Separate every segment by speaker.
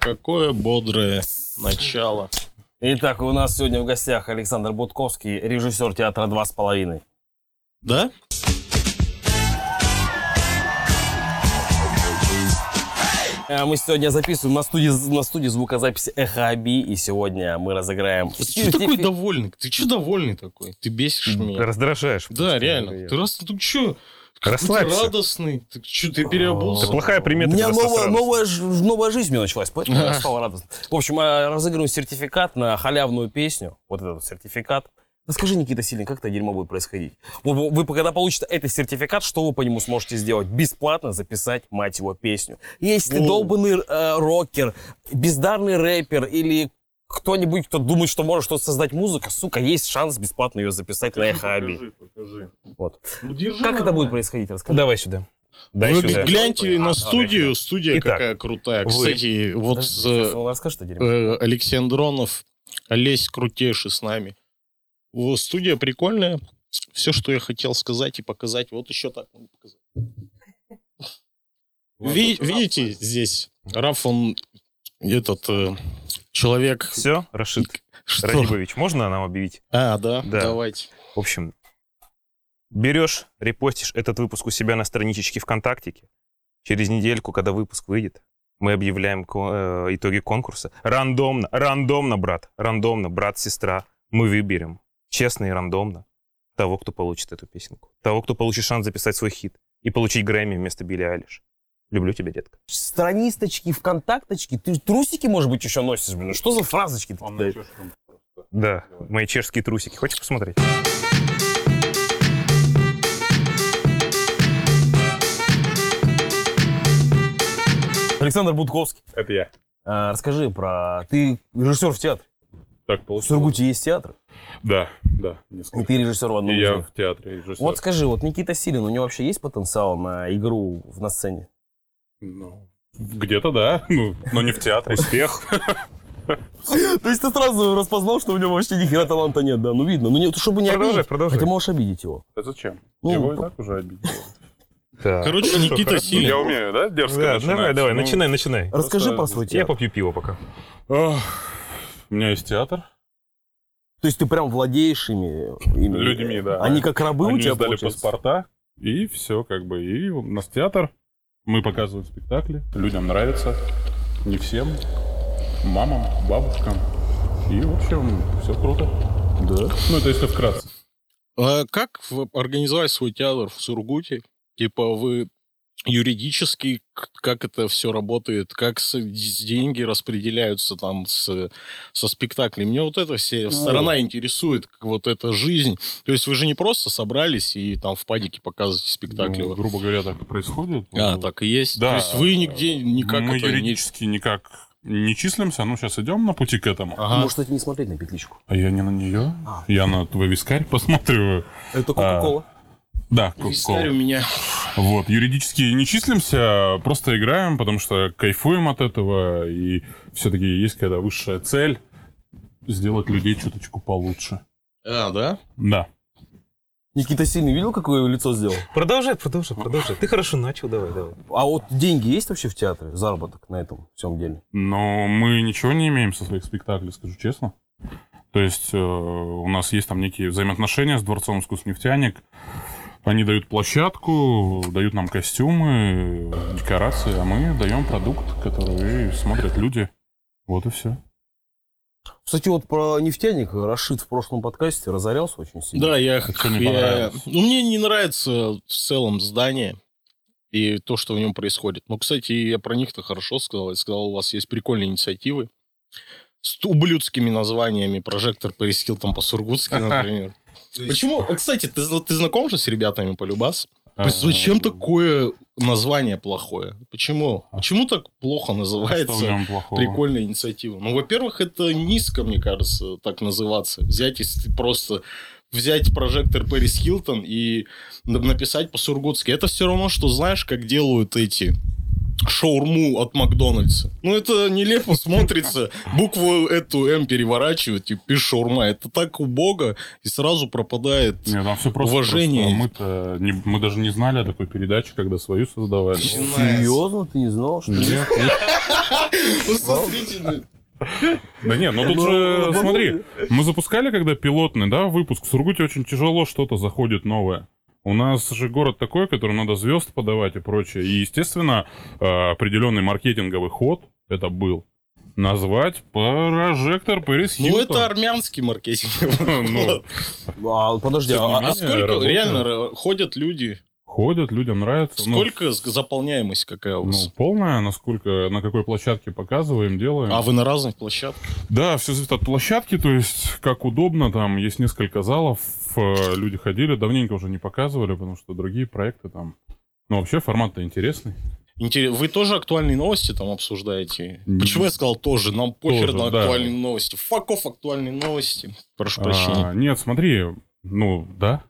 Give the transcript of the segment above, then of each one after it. Speaker 1: Какое бодрое начало.
Speaker 2: Итак, у нас сегодня в гостях Александр Будковский, режиссер театра «Два с половиной».
Speaker 1: Да?
Speaker 2: Э, Мы сегодня записываем на студии, на студии звукозаписи «Эхо Аби», и сегодня мы разыграем...
Speaker 1: Ты такой довольный? Ты че довольный такой? Ты бесишь меня.
Speaker 3: Раздражаешь.
Speaker 1: Да, реально. Ты раз ты че?
Speaker 3: Расслабься.
Speaker 1: радостный. Ты че, ты переобулся?
Speaker 3: Это плохая
Speaker 2: У
Speaker 3: примета.
Speaker 2: меня
Speaker 3: когда
Speaker 2: новая,
Speaker 3: сразу.
Speaker 2: новая, ж- новая жизнь мне началась, поэтому я стал радостным. В общем, э, разыгрываю сертификат на халявную песню. Вот этот вот сертификат. Да скажи, Никита Сильный, как это дерьмо будет происходить? Вы, вы когда получите этот сертификат, что вы по нему сможете сделать? Бесплатно записать, мать его, песню. Если ты
Speaker 1: Воу.
Speaker 2: долбанный э, рокер, бездарный рэпер или кто-нибудь, кто думает, что может что-то создать музыка, сука, есть шанс бесплатно ее записать на эхо Аби.
Speaker 1: покажи.
Speaker 2: Вот.
Speaker 1: Ну, держи
Speaker 2: Как это
Speaker 1: нормально.
Speaker 2: будет происходить? Расскажи.
Speaker 3: Давай сюда. Дай
Speaker 1: Вы
Speaker 3: сюда.
Speaker 1: гляньте на
Speaker 2: Ага,
Speaker 1: студию. Студия
Speaker 3: Итак,
Speaker 1: какая крутая.
Speaker 3: вы-
Speaker 1: Кстати, вот
Speaker 2: Подожди,
Speaker 1: с,
Speaker 2: сейчас он расскажет, что дерьмо.
Speaker 1: э, Александронов, Олесь Крутейший с нами. Во, Студия прикольная. Все, что я хотел сказать и показать, вот еще так могу показать. Ви- видите здесь? Раф, он этот э, человек...
Speaker 3: Все, Рашид
Speaker 1: Что?
Speaker 3: Радибович, можно нам объявить?
Speaker 1: А, да,
Speaker 3: Да.
Speaker 1: давайте.
Speaker 3: В общем, берешь, репостишь этот выпуск у себя на страничечке ВКонтактике. Через недельку, когда выпуск выйдет, мы объявляем ко- э, итоги конкурса. Рандомно, рандомно, брат, рандомно, брат, сестра, мы выберем, честно и рандомно, того, кто получит эту песенку. Того, кто получит шанс записать свой хит и получить Грэмми вместо Билли Алиш. Люблю тебя, детка.
Speaker 2: странисточки, вконтакточки. Ты трусики, может быть, еще носишь, блин. Ну Что за фразочки ты кидаешь?
Speaker 3: Да, мои чешские трусики. Хочешь посмотреть?
Speaker 2: Александр Будковский.
Speaker 4: Это я.
Speaker 2: а, расскажи про... Ты режиссер в театре.
Speaker 4: Так
Speaker 2: В
Speaker 4: получилось.
Speaker 2: Сургуте есть театр.
Speaker 4: Да, да. несколько.
Speaker 2: И ты режиссер в одном
Speaker 4: И
Speaker 2: из
Speaker 4: я
Speaker 2: них.
Speaker 4: в театре режиссер.
Speaker 2: Вот скажи, вот Никита Силин, у него вообще есть потенциал на игру в- на сцене?
Speaker 4: Ну, где-то да, ну, но не в театре.
Speaker 3: Успех.
Speaker 2: То есть ты сразу распознал, что у него вообще ни хера таланта нет, да? Ну видно. Ну, не, чтобы не
Speaker 3: Продолжай,
Speaker 2: обидеть.
Speaker 3: продолжай.
Speaker 2: Хотя можешь обидеть его.
Speaker 4: А зачем?
Speaker 2: Ну,
Speaker 4: Его и так уже обидел.
Speaker 3: Так.
Speaker 1: Короче, Никита
Speaker 4: Я
Speaker 1: Силин.
Speaker 4: умею, да, дерзко
Speaker 3: Да,
Speaker 4: начинать?
Speaker 3: давай, давай,
Speaker 4: Ну,
Speaker 3: начинай, начинай.
Speaker 2: Расскажи
Speaker 4: Просто
Speaker 2: про свой
Speaker 3: Я
Speaker 2: театр.
Speaker 3: попью пиво пока.
Speaker 4: ах, У меня есть театр.
Speaker 2: То есть ты прям владеешь ими? ими?
Speaker 4: Людьми, да.
Speaker 2: Они как рабы у
Speaker 4: Они
Speaker 2: тебя,
Speaker 4: сдали
Speaker 2: получается?
Speaker 4: паспорта, и все, как бы, и у нас театр. Мы показываем спектакли, людям нравится, не всем, мамам, бабушкам. И, в общем, все круто. Да. Ну, это если вкратце.
Speaker 1: А как в- организовать свой театр в Сургуте? Типа вы юридически, к- как это все работает, как с- с- деньги распределяются там с, со спектаклем. Мне вот эта
Speaker 4: Ну
Speaker 1: вся сторона интересует, как вот эта жизнь. То есть вы же не просто собрались и там в падике показываете спектакли.
Speaker 4: Ну,
Speaker 1: Вот.
Speaker 4: грубо говоря, так и происходит.
Speaker 1: а,
Speaker 4: Вот.
Speaker 1: так и есть.
Speaker 4: Да.
Speaker 1: То есть вы нигде никак
Speaker 4: Мы
Speaker 1: это не-
Speaker 4: юридически никак не числимся, но сейчас идем на пути к этому.
Speaker 1: Ага.
Speaker 2: Может, это не смотреть на петличку?
Speaker 4: А я не на нее.
Speaker 2: А.
Speaker 4: Я на твой вискарь посмотрю.
Speaker 2: Это Кока-Кола.
Speaker 4: Да,
Speaker 1: Вискарь у
Speaker 4: Кока-Кола.
Speaker 1: меня.
Speaker 4: Вот, юридически не числимся, просто играем, потому что кайфуем от этого, и все-таки есть когда высшая цель сделать людей чуточку получше.
Speaker 1: А, да?
Speaker 4: Да.
Speaker 2: Никита Сильный видел, какое лицо сделал?
Speaker 3: Продолжай, продолжай, продолжай. Ты хорошо начал, давай, давай.
Speaker 2: А вот деньги есть вообще в театре? Заработок на этом всем деле?
Speaker 4: Но мы ничего не имеем со своих спектаклей, скажу честно. То есть э, у нас есть там некие взаимоотношения с Дворцом искусств «Нефтяник». Они дают площадку, дают нам костюмы, декорации, а мы даем продукт, который смотрят люди. Вот и все.
Speaker 2: Кстати, вот про нефтяник Рашид в прошлом подкасте разорялся очень сильно.
Speaker 1: Да, я...
Speaker 4: Что не
Speaker 1: я-
Speaker 4: понравилось?
Speaker 1: Ну, мне не нравится в целом здание и то, что в нем происходит. Ну, кстати, я про них-то хорошо сказал. Я сказал, у вас есть прикольные инициативы с ублюдскими названиями. Прожектор перескил там по-сургутски, например. Почему? А, Кстати, ты, зна- ты знаком же с ребятами по Любас?
Speaker 4: Э, А,
Speaker 1: Зачем такое название плохое? Почему? Почему так плохо
Speaker 4: А. Что в
Speaker 1: называется?
Speaker 4: нем плохого?
Speaker 1: Прикольная инициатива. Ну, во-первых, это низко, мне кажется, так называться. Взять и с- просто взять прожектор Пэрис Хилтон и на- написать по-сургутски. Это все равно, что знаешь, как делают эти шаурму от Макдональдса. Ну, это нелепо смотрится. Букву эту М переворачивать и пишешь шаурма. Это так убого, и сразу пропадает.
Speaker 4: Нет, там все просто.
Speaker 1: Уважение.
Speaker 4: просто мы-то не- мы даже не знали о такой передаче, когда свою создавали.
Speaker 2: Серьезно? Ты не знал, что ли?
Speaker 1: Ну, смотрите, ну,
Speaker 4: Да нет, ну тут же, смотри, мы запускали, когда пилотный, да, выпуск. В Сургуте очень тяжело что-то заходит новое. У нас же город такой, которому надо звезд подавать и прочее. И, естественно, э, определенный маркетинговый ход это был. Назвать прожектор Пэрис
Speaker 1: Ну,
Speaker 4: Хилтон.
Speaker 1: это армянский маркетинг.
Speaker 4: Ну,
Speaker 2: А, подожди,
Speaker 4: Тем не
Speaker 2: а-
Speaker 1: А сколько
Speaker 4: работает.
Speaker 1: реально ра- ходят люди?
Speaker 4: Ходят, людям нравится. Ну,
Speaker 1: Сколько с- заполняемость какая у
Speaker 4: Ну,
Speaker 1: вас?
Speaker 4: полная, насколько, на какой площадке показываем, делаем.
Speaker 1: А вы на разных площадках?
Speaker 4: Да, все зависит от площадки, то есть как удобно, там есть несколько залов, э, люди ходили, давненько уже не показывали, потому что другие проекты там... Ну, вообще формат-то интересный.
Speaker 1: Интерес- Вы тоже актуальные новости там обсуждаете?
Speaker 4: М.
Speaker 1: Почему я сказал тоже? Нам похер
Speaker 4: Тоже,
Speaker 1: на
Speaker 4: да.
Speaker 1: актуальные новости. Факов актуальные новости. Прошу прощения.
Speaker 4: А, нет, смотри, ну, да.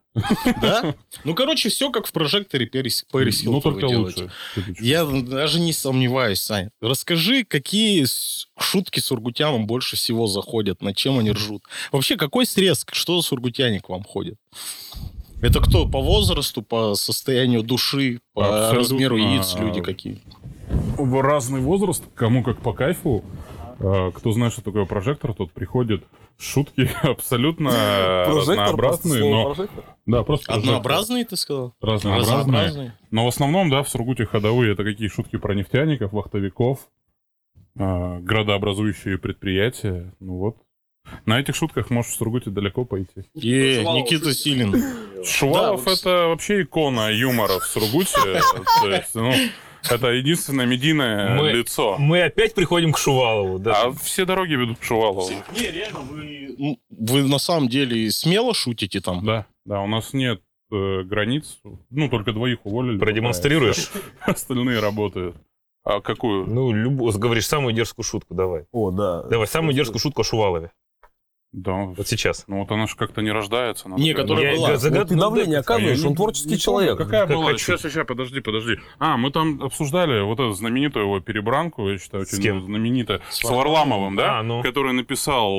Speaker 1: Да? Ну, короче, все как в прожекторе Перис Пэрис
Speaker 4: ну,
Speaker 1: Хилтон вы
Speaker 4: только
Speaker 1: делаете.
Speaker 4: лучше. Шуточка.
Speaker 1: Я даже не сомневаюсь, Сань. Расскажи, какие с- шутки сургутянам больше всего заходят, над чем они ржут. Вообще, какой срез, что за сургутяне к вам ходит? Это кто по возрасту, по состоянию души, по
Speaker 4: Абсолютно.
Speaker 1: размеру яиц
Speaker 4: А,
Speaker 1: люди какие?
Speaker 4: в разный возраст, кому как по кайфу. Э, Кто знает, что такое прожектор, тот приходит. Шутки абсолютно разнообразные, но... Да, просто прожектор.
Speaker 1: Однообразные, ты сказал?
Speaker 4: Разнообразные. Но в основном, да, в Сургуте ходовые это какие шутки про нефтяников, вахтовиков, э, градообразующие предприятия. Ну вот. На этих шутках можешь в Сургуте далеко пойти.
Speaker 1: Е, Никита Силин.
Speaker 4: Шувалов
Speaker 1: Да, вот-
Speaker 4: это вообще икона юмора в Сургуте. То есть, ну, это единственное медийное
Speaker 5: Мы-
Speaker 4: лицо.
Speaker 5: Мы опять приходим к Шувалову.
Speaker 4: А
Speaker 5: Да.
Speaker 4: все дороги ведут к Шувалову.
Speaker 1: Не, реально, вы... Ну, Вы на самом деле смело шутите там?
Speaker 4: Да, да, у нас нет э, границ. Ну, только двоих уволили.
Speaker 5: Продемонстрируешь?
Speaker 4: Остальные работают. А какую?
Speaker 5: Ну, любо- говоришь, самую дерзкую шутку давай.
Speaker 2: О, да.
Speaker 5: Давай, самую дерзкую шутку о Шувалове.
Speaker 4: Да,
Speaker 5: Вот сейчас.
Speaker 4: ну вот она же как-то не рождается. ну, надо
Speaker 1: Не,
Speaker 4: прям-
Speaker 1: которая
Speaker 5: Я-
Speaker 1: была.
Speaker 5: я
Speaker 1: Вот
Speaker 2: Вот
Speaker 5: загад- ну,
Speaker 2: ты давление
Speaker 5: А
Speaker 2: оказываешь,
Speaker 4: Я
Speaker 2: он
Speaker 4: не-
Speaker 2: творческий
Speaker 4: не
Speaker 2: человек.
Speaker 4: помню, Какая
Speaker 5: Как
Speaker 4: была?
Speaker 5: хочу.
Speaker 4: Сейчас, сейчас, подожди, подожди. А, мы там обсуждали вот эту знаменитую его перебранку, я считаю,
Speaker 5: С
Speaker 4: очень
Speaker 5: кем?
Speaker 4: знаменитую.
Speaker 1: С
Speaker 4: С Варламовым, да?
Speaker 5: А, ну.
Speaker 4: Который написал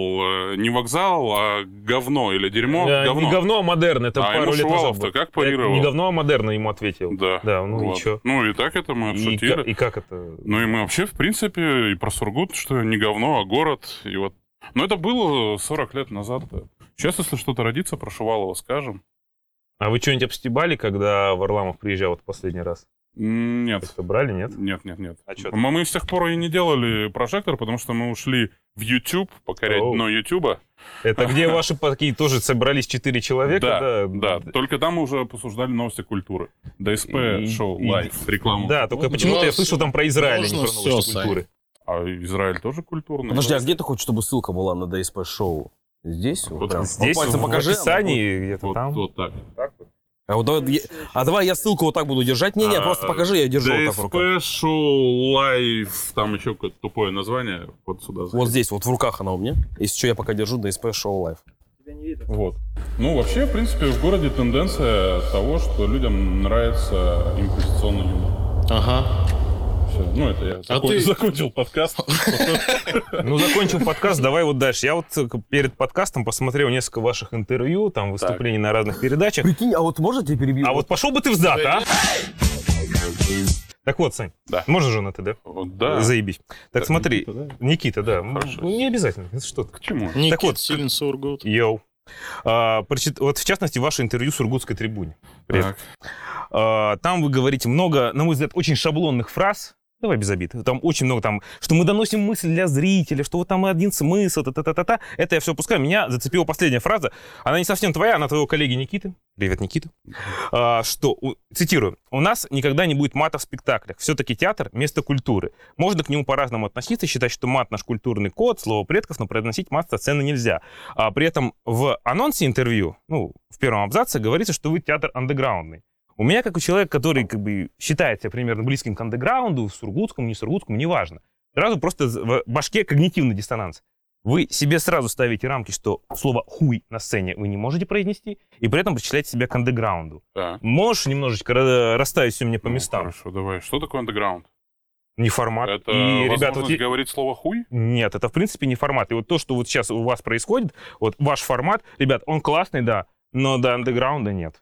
Speaker 4: э, не вокзал, а говно или дерьмо.
Speaker 5: Да,
Speaker 4: говно.
Speaker 5: Не говно, а модерн. Это
Speaker 4: а
Speaker 5: пару
Speaker 4: ему
Speaker 5: лет назад.
Speaker 4: Шувалов-то
Speaker 5: было.
Speaker 4: как
Speaker 5: Это
Speaker 4: парировал?
Speaker 5: Не говно, а модерна ему ответил.
Speaker 4: Да.
Speaker 5: Да, ну
Speaker 4: Вот.
Speaker 5: и чё?
Speaker 4: Ну и так это
Speaker 5: И,
Speaker 4: мы обшутили.
Speaker 5: ка- и как это?
Speaker 4: Ну и мы вообще, в принципе, и про Сургут, что не говно, а город. И вот. Но это было 40 лет назад. Сейчас, если что-то родится, про Шувалова скажем.
Speaker 5: А вы что-нибудь обстебали, когда Варламов приезжал вот последний раз?
Speaker 4: М, Нет.
Speaker 5: Как-то брали, нет?
Speaker 4: Нет, нет, нет.
Speaker 5: А чё ты?
Speaker 4: мы, мы с тех пор и не делали прожектор, потому что мы ушли в YouTube, покорять
Speaker 5: Оу.
Speaker 4: дно Ютуба.
Speaker 5: Это где ваши такие тоже собрались четыре человека?
Speaker 4: Да, только там мы уже посуждали новости культуры. ДСП
Speaker 5: И-
Speaker 4: шоу
Speaker 5: и-
Speaker 4: лайф, рекламу.
Speaker 5: Да, только
Speaker 1: Можно
Speaker 5: почему-то я
Speaker 1: вас-
Speaker 5: слышал там про Израиль, а не
Speaker 1: можно
Speaker 5: про новости
Speaker 1: всё, Сань.
Speaker 5: культуры.
Speaker 4: А Израиль тоже культурный.
Speaker 2: Подожди, а где ты хочешь, чтобы ссылка была на ДСП-шоу? Здесь? Вот,
Speaker 4: Вот
Speaker 2: прям?
Speaker 5: Здесь,
Speaker 2: Вот пальцем
Speaker 5: в
Speaker 2: покажи,
Speaker 5: описании, где-то
Speaker 4: Вот,
Speaker 5: там.
Speaker 4: вот так.
Speaker 2: А, вот давай, я- а давай я ссылку вот так буду держать. Не-не,
Speaker 4: А,
Speaker 2: просто покажи, я держу вот так в
Speaker 4: ДСП
Speaker 2: руках.
Speaker 4: шоу лайф, там еще какое-то тупое название. Вот сюда.
Speaker 2: Вот здесь, вот в руках она у меня. Если что, я пока держу ДСП-шоу лайф.
Speaker 4: Вот. Ну, вообще, в принципе, в городе тенденция того, что людям нравится импровизационный юмор.
Speaker 1: Ага.
Speaker 4: Всё. Ну, это я закон-
Speaker 1: ты-
Speaker 4: закончил подкаст.
Speaker 5: Ну, закончил подкаст, давай вот дальше. Я вот э, к- перед подкастом посмотрел несколько ваших интервью, там, выступлений на разных передачах.
Speaker 2: Прикинь, а вот можете перебью?
Speaker 5: А вот пошел бы ты в зад, а? Так вот, Сань,
Speaker 4: Да.
Speaker 5: можно же на ты, да?
Speaker 4: Вот, Да.
Speaker 5: Заебись. Так
Speaker 4: Да,
Speaker 5: смотри,
Speaker 4: Никита, да?
Speaker 5: Никита, да,
Speaker 4: Хорошо.
Speaker 5: ну, не обязательно, это что ты.
Speaker 4: К чему?
Speaker 1: Никит
Speaker 5: вот,
Speaker 1: Силин Сургут.
Speaker 5: Йоу. А, прочит- Вот в частности ваше интервью с Ургутской трибуне. Привет.
Speaker 4: Так.
Speaker 5: А, Там вы говорите много, на мой взгляд, очень шаблонных фраз. Давай без обид. Там очень много там, что мы доносим мысль для зрителя, что вот там один смысл, та-та-та-та-та. Это я все пускаю. Меня зацепила последняя фраза. Она не совсем твоя, она твоего коллеги Никиты. Привет, Никита. А, что, у- цитирую, «У нас никогда не будет мата в спектаклях. Все-таки театр – место культуры. Можно к нему по-разному относиться, считать, что мат – наш культурный код, слово предков, но произносить мат со сцены нельзя. А при этом в анонсе интервью, ну, в первом абзаце говорится, что вы театр андеграундный. У меня, как у человека, который как бы считает себя примерно близким к андеграунду, сургутскому, не сургутскому, неважно, сразу просто з- в башке когнитивный диссонанс. Вы себе сразу ставите рамки, что слово «хуй» на сцене вы не можете произнести, и при этом причисляете себя к андеграунду.
Speaker 4: Да.
Speaker 5: Можешь немножечко ра- расставить все мне по
Speaker 4: Ну,
Speaker 5: местам?
Speaker 4: Хорошо, давай. Что такое андеграунд?
Speaker 5: не формат.
Speaker 4: Это
Speaker 5: и, ребята, вот
Speaker 4: возможность
Speaker 5: е-
Speaker 4: говорить слово «хуй»?
Speaker 5: нет, это в принципе не формат. И вот то, что вот сейчас у вас происходит, вот ваш формат, ребят, он классный, да, но до андеграунда нет.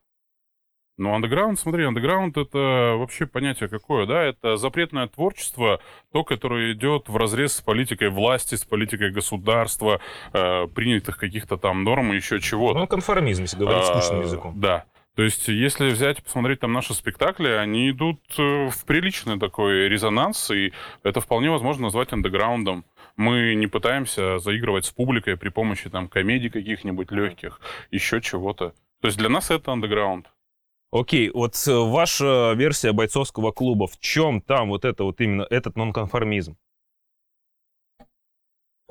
Speaker 4: Ну, андеграунд, смотри, андеграунд — это вообще понятие какое, да? Это запретное творчество, то, которое идет в разрез с политикой власти, с политикой государства, э, принятых каких-то там норм и еще чего-то.
Speaker 5: Ну, конформизм, если говорить
Speaker 4: А,
Speaker 5: скучным языком.
Speaker 4: Да. То есть, если взять и посмотреть там наши спектакли, они идут э, в приличный такой резонанс, и это вполне возможно назвать андеграундом. Мы не пытаемся заигрывать с публикой при помощи там комедий каких-нибудь легких, еще чего-то. То есть для нас это андеграунд.
Speaker 5: Окей, вот э, ваша версия бойцовского клуба, в чем там вот это вот именно этот нонконформизм?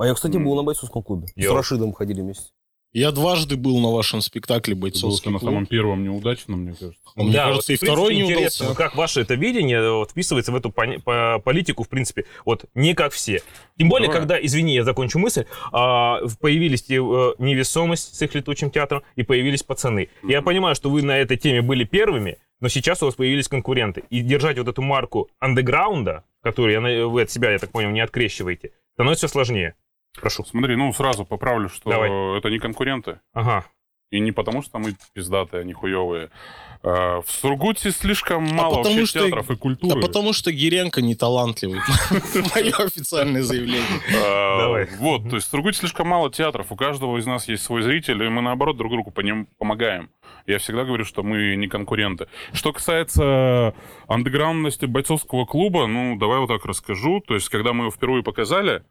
Speaker 2: А я, кстати, был на бойцовском клубе. С
Speaker 5: Йоу.
Speaker 2: Рашидом ходили вместе.
Speaker 1: Я дважды был на вашем спектакле «Бойцовский
Speaker 4: на
Speaker 1: клуб».
Speaker 4: самом первом неудачном, мне кажется.
Speaker 1: Мне
Speaker 5: Да,
Speaker 1: кажется,
Speaker 5: вот,
Speaker 1: и
Speaker 5: в принципе,
Speaker 1: второй не удался.
Speaker 5: интересно, ну, как ваше это видение э, вот, вписывается в эту пони- по- политику, в принципе, вот не как все. Тем более,
Speaker 4: Давай.
Speaker 5: когда, извини, я закончу мысль, а, в- появились те, э, невесомость с их летучим театром и появились пацаны. Я
Speaker 4: Мгм.
Speaker 5: понимаю, что вы на этой теме были первыми, но сейчас у вас появились конкуренты. И держать вот эту марку андеграунда, которую я на- вы от себя, я так понял, не открещиваете, становится все сложнее. Прошу.
Speaker 4: Смотри, ну сразу поправлю, что
Speaker 5: Давай.
Speaker 4: это не конкуренты.
Speaker 5: Ага.
Speaker 4: И не потому, что мы пиздатые, они хуевые. А, в Сургуте слишком мало
Speaker 1: А потому
Speaker 4: вообще
Speaker 1: что-
Speaker 4: театров и
Speaker 1: Да
Speaker 4: культуры.
Speaker 1: А потому что Геренко не талантливый. Мое официальное заявление.
Speaker 4: А,
Speaker 5: Давай.
Speaker 4: Вот, то есть в Сургуте слишком мало театров, у каждого из нас есть свой зритель, и мы, наоборот, друг другу по ним помогаем. Я всегда говорю, что мы не конкуренты. Что касается андеграундности бойцовского клуба, ну, давай вот так расскажу. То есть, когда мы его впервые показали,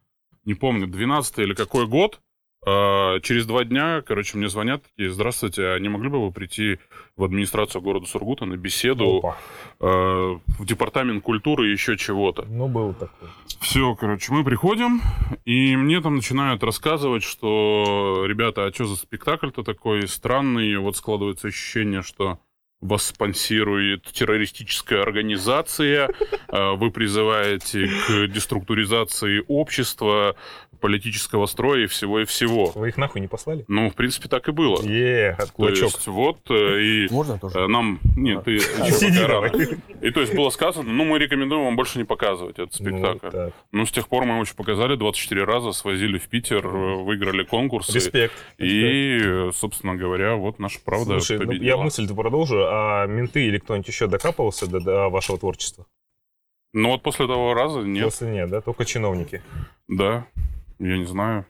Speaker 4: не помню, 12 или какой год, а, через два дня, короче, мне звонят такие, здравствуйте, а не могли бы вы прийти в администрацию города Сургута на беседу
Speaker 5: Опа.
Speaker 4: э, в департамент культуры и еще чего-то?
Speaker 5: Ну, был такой.
Speaker 4: Все, короче, мы приходим, и мне там начинают рассказывать, что, ребята, а что за спектакль-то такой странный? И вот складывается ощущение, что вас спонсирует террористическая организация, э, вы призываете к деструктуризации общества, политического строя и всего и всего.
Speaker 5: Вы их нахуй не послали?
Speaker 4: Ну, в принципе, так и было.
Speaker 5: Е,
Speaker 4: То
Speaker 5: кулачок.
Speaker 4: есть, вот, э, и
Speaker 2: Можно тоже?
Speaker 4: э, нам... Нет, ты...
Speaker 5: Сиди
Speaker 4: пока рано.
Speaker 5: давай.
Speaker 4: И то есть было сказано, ну, мы рекомендуем вам больше не показывать этот спектакль.
Speaker 5: Ну, так.
Speaker 4: Ну, с тех пор мы его еще показали 24 раза, свозили в Питер, э, выиграли конкурсы.
Speaker 5: Респект.
Speaker 4: И, э, собственно говоря, вот наша правда
Speaker 5: Слушай, ну, я
Speaker 4: победила.
Speaker 5: мысль-то продолжу. А менты или кто-нибудь еще докапывался до, до а, вашего творчества?
Speaker 4: Ну, вот после того раза нет,
Speaker 5: После нет, да? Только чиновники.
Speaker 4: да, я не знаю.